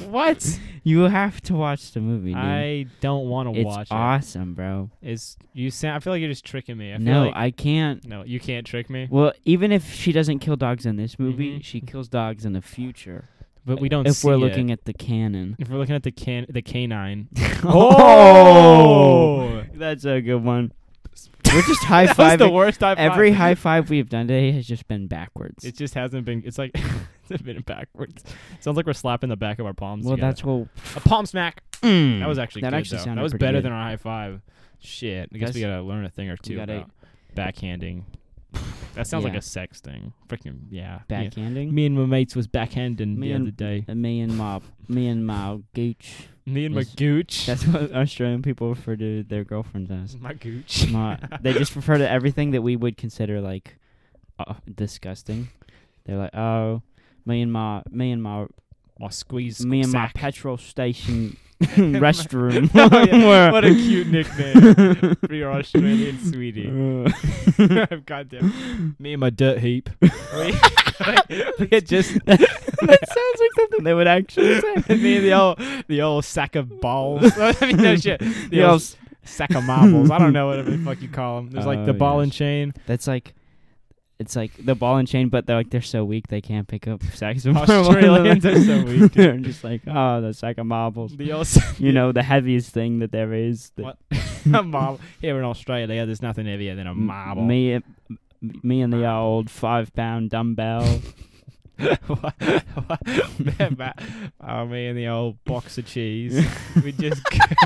what? You have to watch the movie, dude. I don't want to it's watch awesome, bro. it. Is you sound? I feel like you're just tricking me. I feel no, like, I can't. no, you can't trick me. Well, even if she doesn't kill dogs in this movie, Mhm. she kills dogs in the future. But we don't. If see we're it. looking at the canon. if we're looking at the can, the canine. Oh! that's a good one. We're just high Oh! that was the fiving. worst I've Every high five we've done today has just been backwards. It just hasn't been. It's like it's been backwards. Sounds like we're slapping the back of our palms. well, together. that's what. a palm smack. That was actually that good, actually though. sounded that was pretty better good. than our high five. Shit, I guess we gotta learn a thing or two gotta- about backhanding. That sounds like Yeah. a sex thing. Freaking yeah. Yeah. backhanding. Me and my mates was backhanding Me the and- other day. Uh, Me and my me and my gooch. Me and my Yes. gooch. That's what Australian people refer to their girlfriends as. my gooch. My, they just refer to everything that we would consider like uh, disgusting. They're like, oh, me and my me and my My squeeze. me and my sack. petrol station restroom. Oh, yeah. were- What a cute nickname for your Australian sweetie. Uh, Goddamn. Me and my dirt heap. we, we had just that sounds like something they would actually say. me and the old the old sack of balls. I mean, no shit. The, The old old s- sack of marbles. I don't know whatever the fuck you call them. There's like the Oh, ball yes. and chain. That's like, it's like the ball and chain, but they're like they're so weak they can't pick up sacks of marbles. Australians are so weak, dude. they're just like, oh, the sack of marbles. The old You know, the heaviest thing that there is. that What? a marble. Here in Australia, there's nothing heavier than a m- marble. Me, and- me and the old five-pound dumbbell. What- what- man, ma- oh, me and the old box of cheese. we just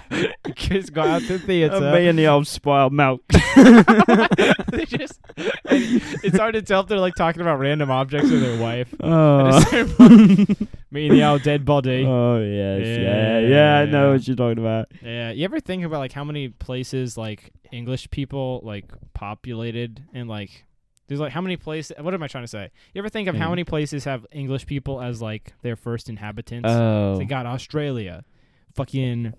just got out to the theater. Uh, me and the old spoiled milk. they just and it's hard to tell if they're like talking about random objects or their wife. I Oh. just remember- me and the old dead body. Oh yes, yeah, yeah, I know Yeah. what you're talking about. Yeah, you ever think about like how many places like English people like populated and like there's like how many places? What am I trying to say? You ever think of Yeah. how many places have English people as like their first inhabitants? Oh, They got Australia, fucking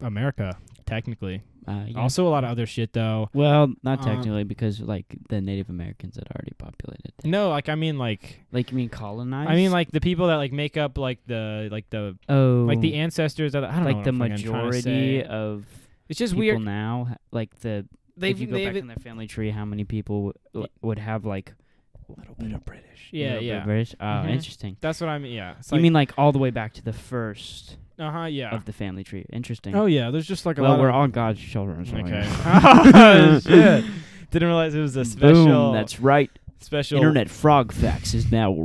America, technically. uh, yeah. Also, a lot of other shit though. well, not um, technically because like the Native Americans had already populated. it. No, like I mean, like Like you mean colonized? I mean, like the people that like make up like the like the oh, like the ancestors that I don't like the know what I'm fucking trying to majority say. of It's just people weird. now, ha- like the if you go back in their family tree, how many people w- would have like a little bit of British? Yeah, yeah. British. Oh, Mhm. interesting. That's what I mean. Yeah. It's you mean like all the way back to the first Uh huh. Yeah. of the family tree? Interesting. Oh yeah. There's just like a well, lot. we're of, all God's children. so okay. yeah. Shit. Didn't realize it was a special. Boom. That's right. special Internet Frog Facts is now a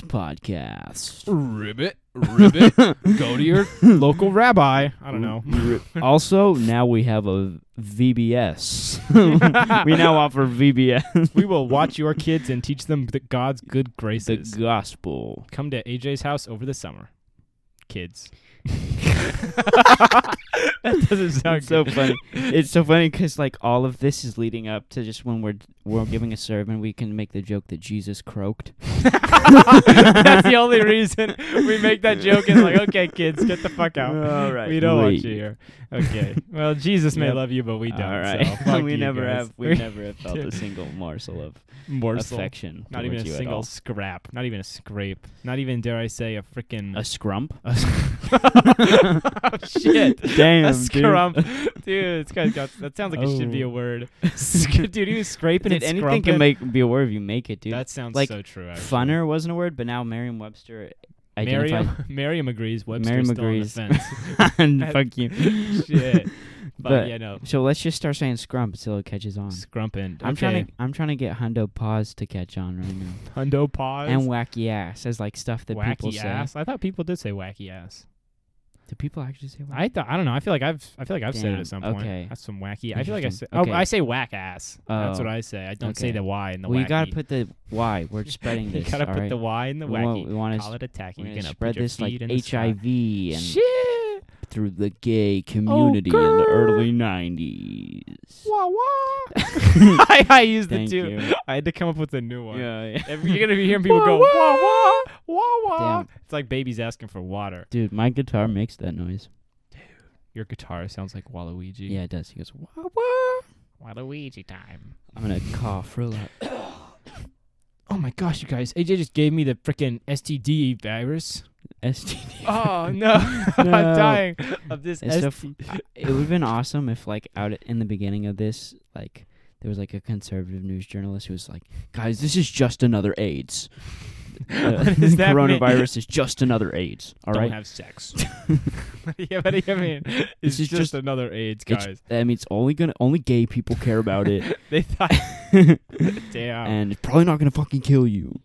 podcast. Ribbit, ribbit. Go to your local rabbi. I don't know. also, now we have a VBS. we now offer VBS, we will watch your kids and teach them the God's good the graces. gospel. Come to AJ's house over the summer, kids. that doesn't sound It's so good. funny. It's so funny because like all of this is leading up to just when we're we're giving a sermon, we can make the joke that Jesus croaked. That's the only reason we make that joke. Is like, okay, kids, get the fuck out. All right, we don't want wait. you here. Okay. Well, Jesus may Yep. love you, but we don't. all so right, fuck we you never guys. have we never have felt a single morsel of morsel. affection. Not even a towards you at single all. scrap. Not even a scrape. Not even dare I say a freaking a scrump. a Shit. Damn, That's dude. scrum, dude. This guy's got. That sounds like it should be a Oh. word. dude, he was scraping Dude, and anything can scrumping. make be a word if you make it, dude. That sounds like, so true. Actually. Funner wasn't a word, but now Merriam-Webster identified. Miriam, Miriam agrees. Webster's Merriam still agrees. on the fence. and fuck you. Shit. But, But- yeah, no. So let's just start saying scrump until it catches on. Scrumping. I'm trying Okay. to I'm trying to get Hundo Paws to catch on right now, Hundo pause. and wacky ass as like stuff that wacky people ass. I thought people did say wacky ass. say. Do people actually say wacky? I thought I don't know. I feel like I've I feel like I've said it Mm. Damn, at some point. okay. That's some wacky. I feel like I say. Interesting. Oh, Okay. I say whack ass. That's Oh. what I say. I don't say Okay. the y in the well, wacky. you gotta put the why. We're spreading you this. gotta all put right? the y in the We wacky. want- we wanna Call it a tack. We're You're gonna gonna spread put your this like feet in the sky. HIV and Shit. Oh, through the gay community in the girl. early '90s. Wah wah. I, I used the Thank two. you. I had to come up with a new one. Yeah, If you're gonna be hearing people go wah wah wah wah. Damn. It's like babies asking for water. dude, my guitar makes that noise. Your guitar sounds like Waluigi. Yeah, it does. He goes, "Wah." Waluigi time. I'm gonna cough real loud. Oh my gosh, you guys! AJ just gave me the freaking STD virus. STD. Oh no, No. I'm dying of this. It's so ST- fu- it would have been awesome if, like, out in the beginning of this, like, there was like a conservative news journalist who was like, "Guys, this is just another AIDS. Uh, What does that mean? coronavirus is just another AIDS. All Don't right, have sex. yeah, but I mean, it's This is just, just- another AIDS, It's- guys. I mean, it's only gonna only gay people care about it, They thought, damn, and it's probably not gonna fucking kill you.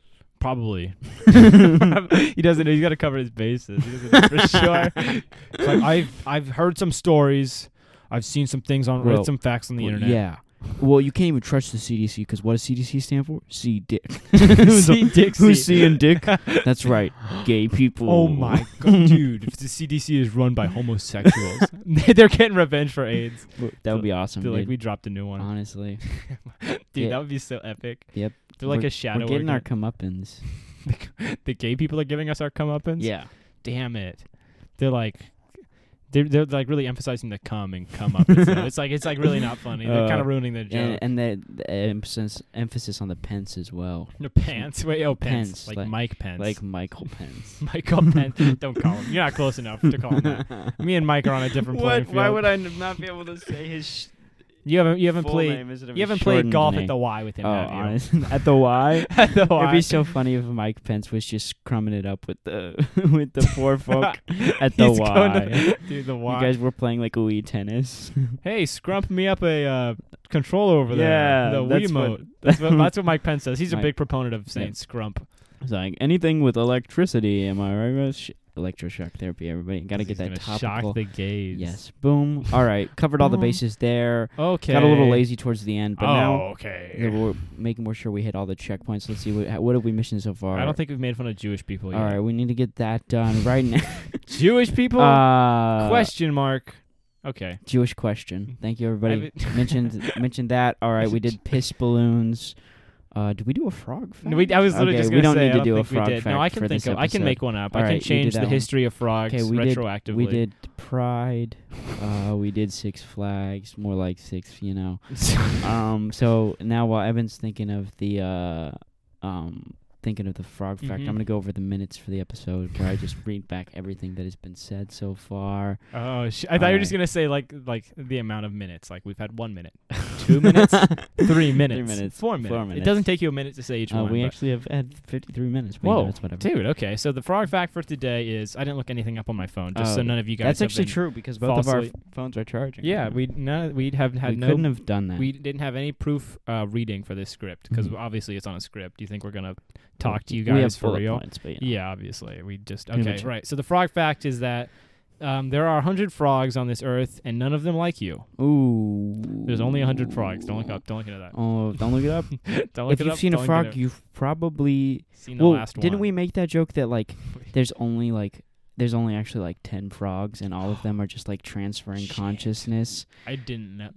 probably. he doesn't. know. He's got to cover his bases. He doesn't know for sure. It's like, I've I've heard some stories. I've seen some things on read Well, some facts on the Well, internet. Yeah. Well, you can't even trust the CDC because what does CDC stand for? C dick. See, Dixie. Who's seeing dick? That's right, gay people. Oh my god, dude! If the CDC is run by homosexuals, they're getting revenge for AIDS. That would be awesome, Dude, dude. like we dropped a new one, Honestly, dude. Uh, yeah. That would be so epic. Yep. They're like We're- a shadow. we're getting our organ- comeuppance. the gay people are giving us our comeuppance. Yeah. Damn it. They're like. They're, they're like really emphasizing the come and come up. It's, it's like it's like really not funny. They're Uh, kind of ruining the joke. and, and the, the emphasis emphasis on the Pence as well, The pants. Wait, oh pants. Pence, like, like- Mike Pence. like Michael Pence. Michael Pence. Don't call him. You're not close enough to call him. That. Me and Mike are on a different playing field. I not be able to say his sh- You haven't you haven't played you haven't played golf at the Y with him, oh, have you? honest- at the Y. at the Y. It'd be so funny if Mike Pence was just crumbing it up with the with the poor folk at the He's going Y. to- dude, the You Y. guys were playing like Wii tennis. hey, scrump me up a uh, controller over Yeah, there. The that's Wiimote. what- that's, what, that's what Mike Pence says. He's a Mike- big proponent of saying scrump. It's like anything with electricity. Am I right? Russ? Sh- Electroshock therapy. Everybody got to He's get that gonna topical. Shock the gays. Yes. Boom. All right. Covered all the Um, bases there. Okay. Got a little lazy towards the end, but oh, now yeah, okay. we're making more sure we hit all the checkpoints. Let's see what what have we missed so far. I don't think we've made fun of Jewish people yet. All right, we need to get that done right now. Jewish people? uh, question mark. Okay. Jewish question. Thank you, everybody. I mean- mentioned mentioned that. All right, we did piss balloons. Uh, did we do a frog? Fact? No, we, I was literally okay, just we gonna don't say, need I to don't do a think we frog did. fact No, I for can think this of. I can episode. make one up. I All right, can you do change the that one. history of frogs Okay, we did- retroactively. We did Pride. Uh, we did Six Flags, more like six, you know. Um, so now while Evan's thinking of the uh, um, thinking of the frog fact, I'm Mhm. gonna go over the minutes for the episode where I just read back everything that has been said so far. Oh, sh- I thought you were just Alright. gonna say like like the amount of minutes. Like we've had one minute, two minutes, three minutes, minutes, four four minutes. It minutes. doesn't take you a minute to say each Uh, one. we but- actually have had 53 minutes. But you know, Whoa, it's whatever. dude. Okay, so the frog fact for today is I didn't look anything up on my phone, just so Oh, none of you guys. That's have actually been- true because both of our falsely- f- phones are charging. Yeah, right now. we no, we haven't had we no. couldn't have done that. we didn't have any proof uh, reading for this script because Mhm. obviously it's on a script. Do you think we're gonna talk to you We have guys for bullet real? points, but, you know. Yeah, obviously. We just Pretty okay, much. right. So the frog fact is that um, there are 100 frogs on this earth, and none of them like you. Ooh. There's only 100 frogs. Don't look up. Don't look into that. Oh, don't look it up. Don't look if it you've up, seen a don't look frog, it up. you've probably seen the well, last didn't one. we make that joke that like there's only like there's only actually like 10 frogs and all of them are just like transferring Shit. consciousness I didn't know. you know,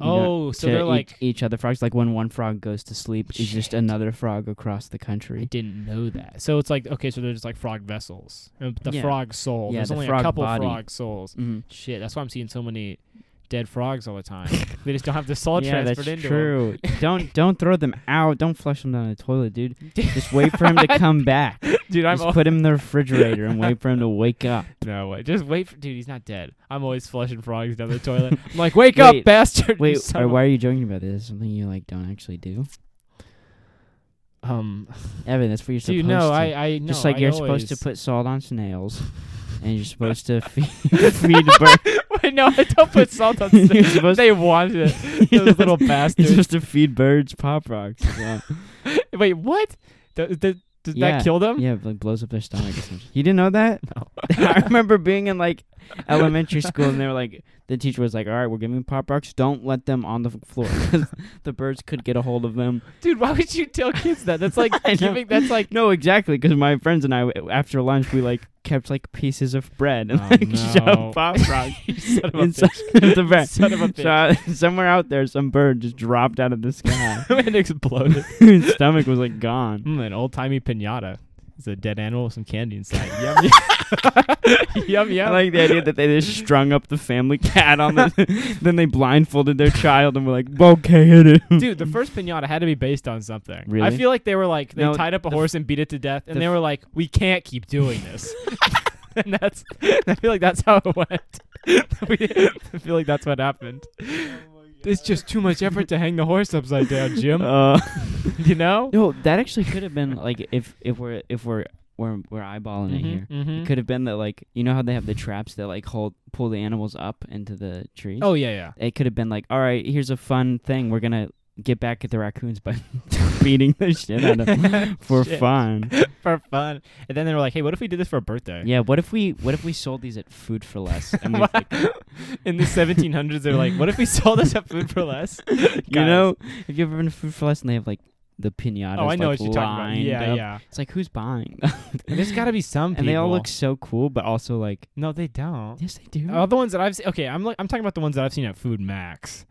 Oh, so to they're each, like. each other frogs like when one frog goes to sleep it's just Shit. another frog across the I country didn't know that. So it's like okay, so they're just like frog vessels. Uh, The Yeah. frog soul. Yeah, There's the only a frog couple body. frog souls. Mhm. Shit, that's why I'm seeing so many dead frogs all the time. they just don't have the salt yeah, transferred that's into 'em. true. don't don't throw them out. Don't flush them down the toilet, dude. Just wait for him to come back. Dude, I'm Just all, put him in the refrigerator and wait for him to wake up. no way. Just wait for dude. He's not dead. I'm always flushing frogs down the toilet. I'm like, wake up, Wait, bastard! Wait, So- or why are you joking about this? Something you like don't actually do, um, Evan? That's what you're supposed dude, no, to. I, I, no, Just like I you're always, supposed to put salt on snails, and you're supposed to feed, feed birds. Wait, no, I don't put salt on You're steak. supposed- They wanted it. Those little You're bastards. supposed to feed birds pop rocks. as well. Wait, what? Th- th- does Yeah, that kill them? yeah, it, like blows up their stomach. or something. You didn't know that? I remember being in like elementary school, and they were like, the teacher was like, "All right, we're giving pop rocks. Don't let them on the f- floor 'cause the birds could get a hold of them." Dude, why would you tell kids that? That's like I know. giving. That's like. No, exactly, because my friends and I, w- after lunch, we like kept like pieces of bread and Oh, like no. shoved pop rocks You son of a inside of the bread. Son of a So uh, somewhere out there, some bird just dropped out of the sky. bitch. it exploded. His stomach was like gone. Mm, an old timey pinata. It's a dead animal with some candy inside. yum yum. yum I yum. like the idea that they just strung up the family cat on the. then they blindfolded their child and were like, "Okay, hit it." Dude, the first pinata had to be based on something. I Really? feel like they were like they No, tied up a the f- horse and beat it to death, and the they were like, "We can't keep doing this." and that's I feel like that's how it went. We- I feel like that's what happened. It's just too much effort to hang the horse upside down, Jim. Uh, you know. no, that actually could have been like if if we're if we're we're we're eyeballing it here. Mhm, It mhm. could have been that like you know how they have the traps that like hold pull the animals up into the tree. Oh yeah, yeah. it could have been like, all right, here's a fun thing. We're gonna get back at the raccoons by beating the shit out of them for Shit. fun. for fun. And then they were like, "Hey, what if we did this for a birthday?" Yeah, what if we what if we sold these at Food for Less? And we, like, In the 1700s, they were like, "What if we sold this at food for less?" you know, have you ever been to Food for Less and they have like the pinatas? oh, I know like, what you're talking lined about. Yeah, up? yeah. It's like who's buying? There's got to be some. and they all people. Oh, look so cool, but also like No, they don't. yes, they do. All the ones that I've seen. Okay, I'm like, I'm talking about the ones that I've seen at Food Max.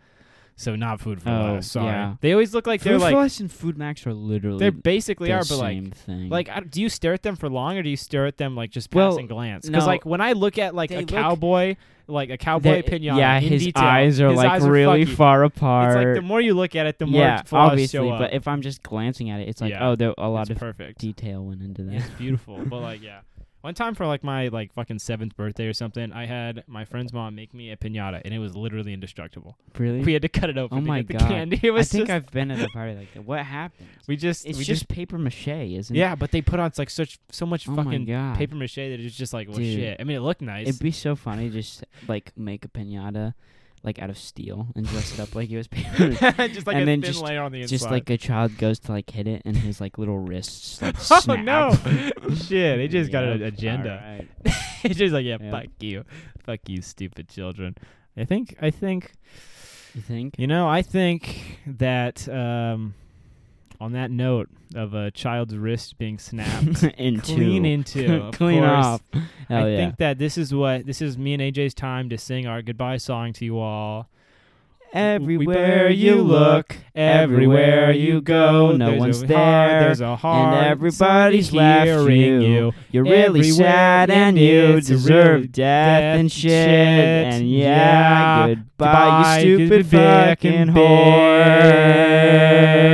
So not Food for Oh, Less. Sorry. yeah. They always look like Food they're for like Less and Food Max are literally they're basically the are, but like. same thing. Like, I, do you stare at them for long, or do you stare at them like just Well, passing glance? Because no. like when I look at like They a look- cowboy, like a cowboy That- pinata, yeah, in his detail, eyes are his like eyes really fucky. far It's apart. like the more you look at it, the more yeah, flaws obviously. show up. But if I'm just glancing at it, it's like, Yeah. oh, there a it's lot of perfect. detail went into that. It's beautiful. but like, yeah. One time for like my like fucking seventh birthday or something, I had my friend's mom make me a pinata, and it was literally indestructible. Really? We had to cut it open Oh to my get the God. candy. It I was think just, I've been at a party like that. What happened? we just It's we just paper mache, isn't it? yeah, but they put on like such so much Oh my fucking god. paper mache that it's just like well Dude. shit. I mean, it looked nice. It'd be so funny just like make a pinata like out of steel and dress it up like it was paper. just like and a thin then just- layer on the inside. just like a child goes to like hit it and his like little wrists like oh snap. no, shit! They just got an Yep, agenda. alright. it's just like, yeah, Yeah. fuck you, fuck you, stupid children. I think, I think, You think? you know, I think that um, on that note of a child's wrist being snapped, into clean into, of clean course, off. Hell I yeah. think that this is what this is me and AJ's time to sing our goodbye song to you all. Everywhere you look, everywhere you go, no there's one's a there, Heart, there's a heart, everybody's somebody laughing hearing you. you. You're really Everywhere sad it and you is, you're deserve really death, death and and shit. shit. And yeah, Yeah. goodbye, Goodbye, you stupid stupid fucking fucking whore.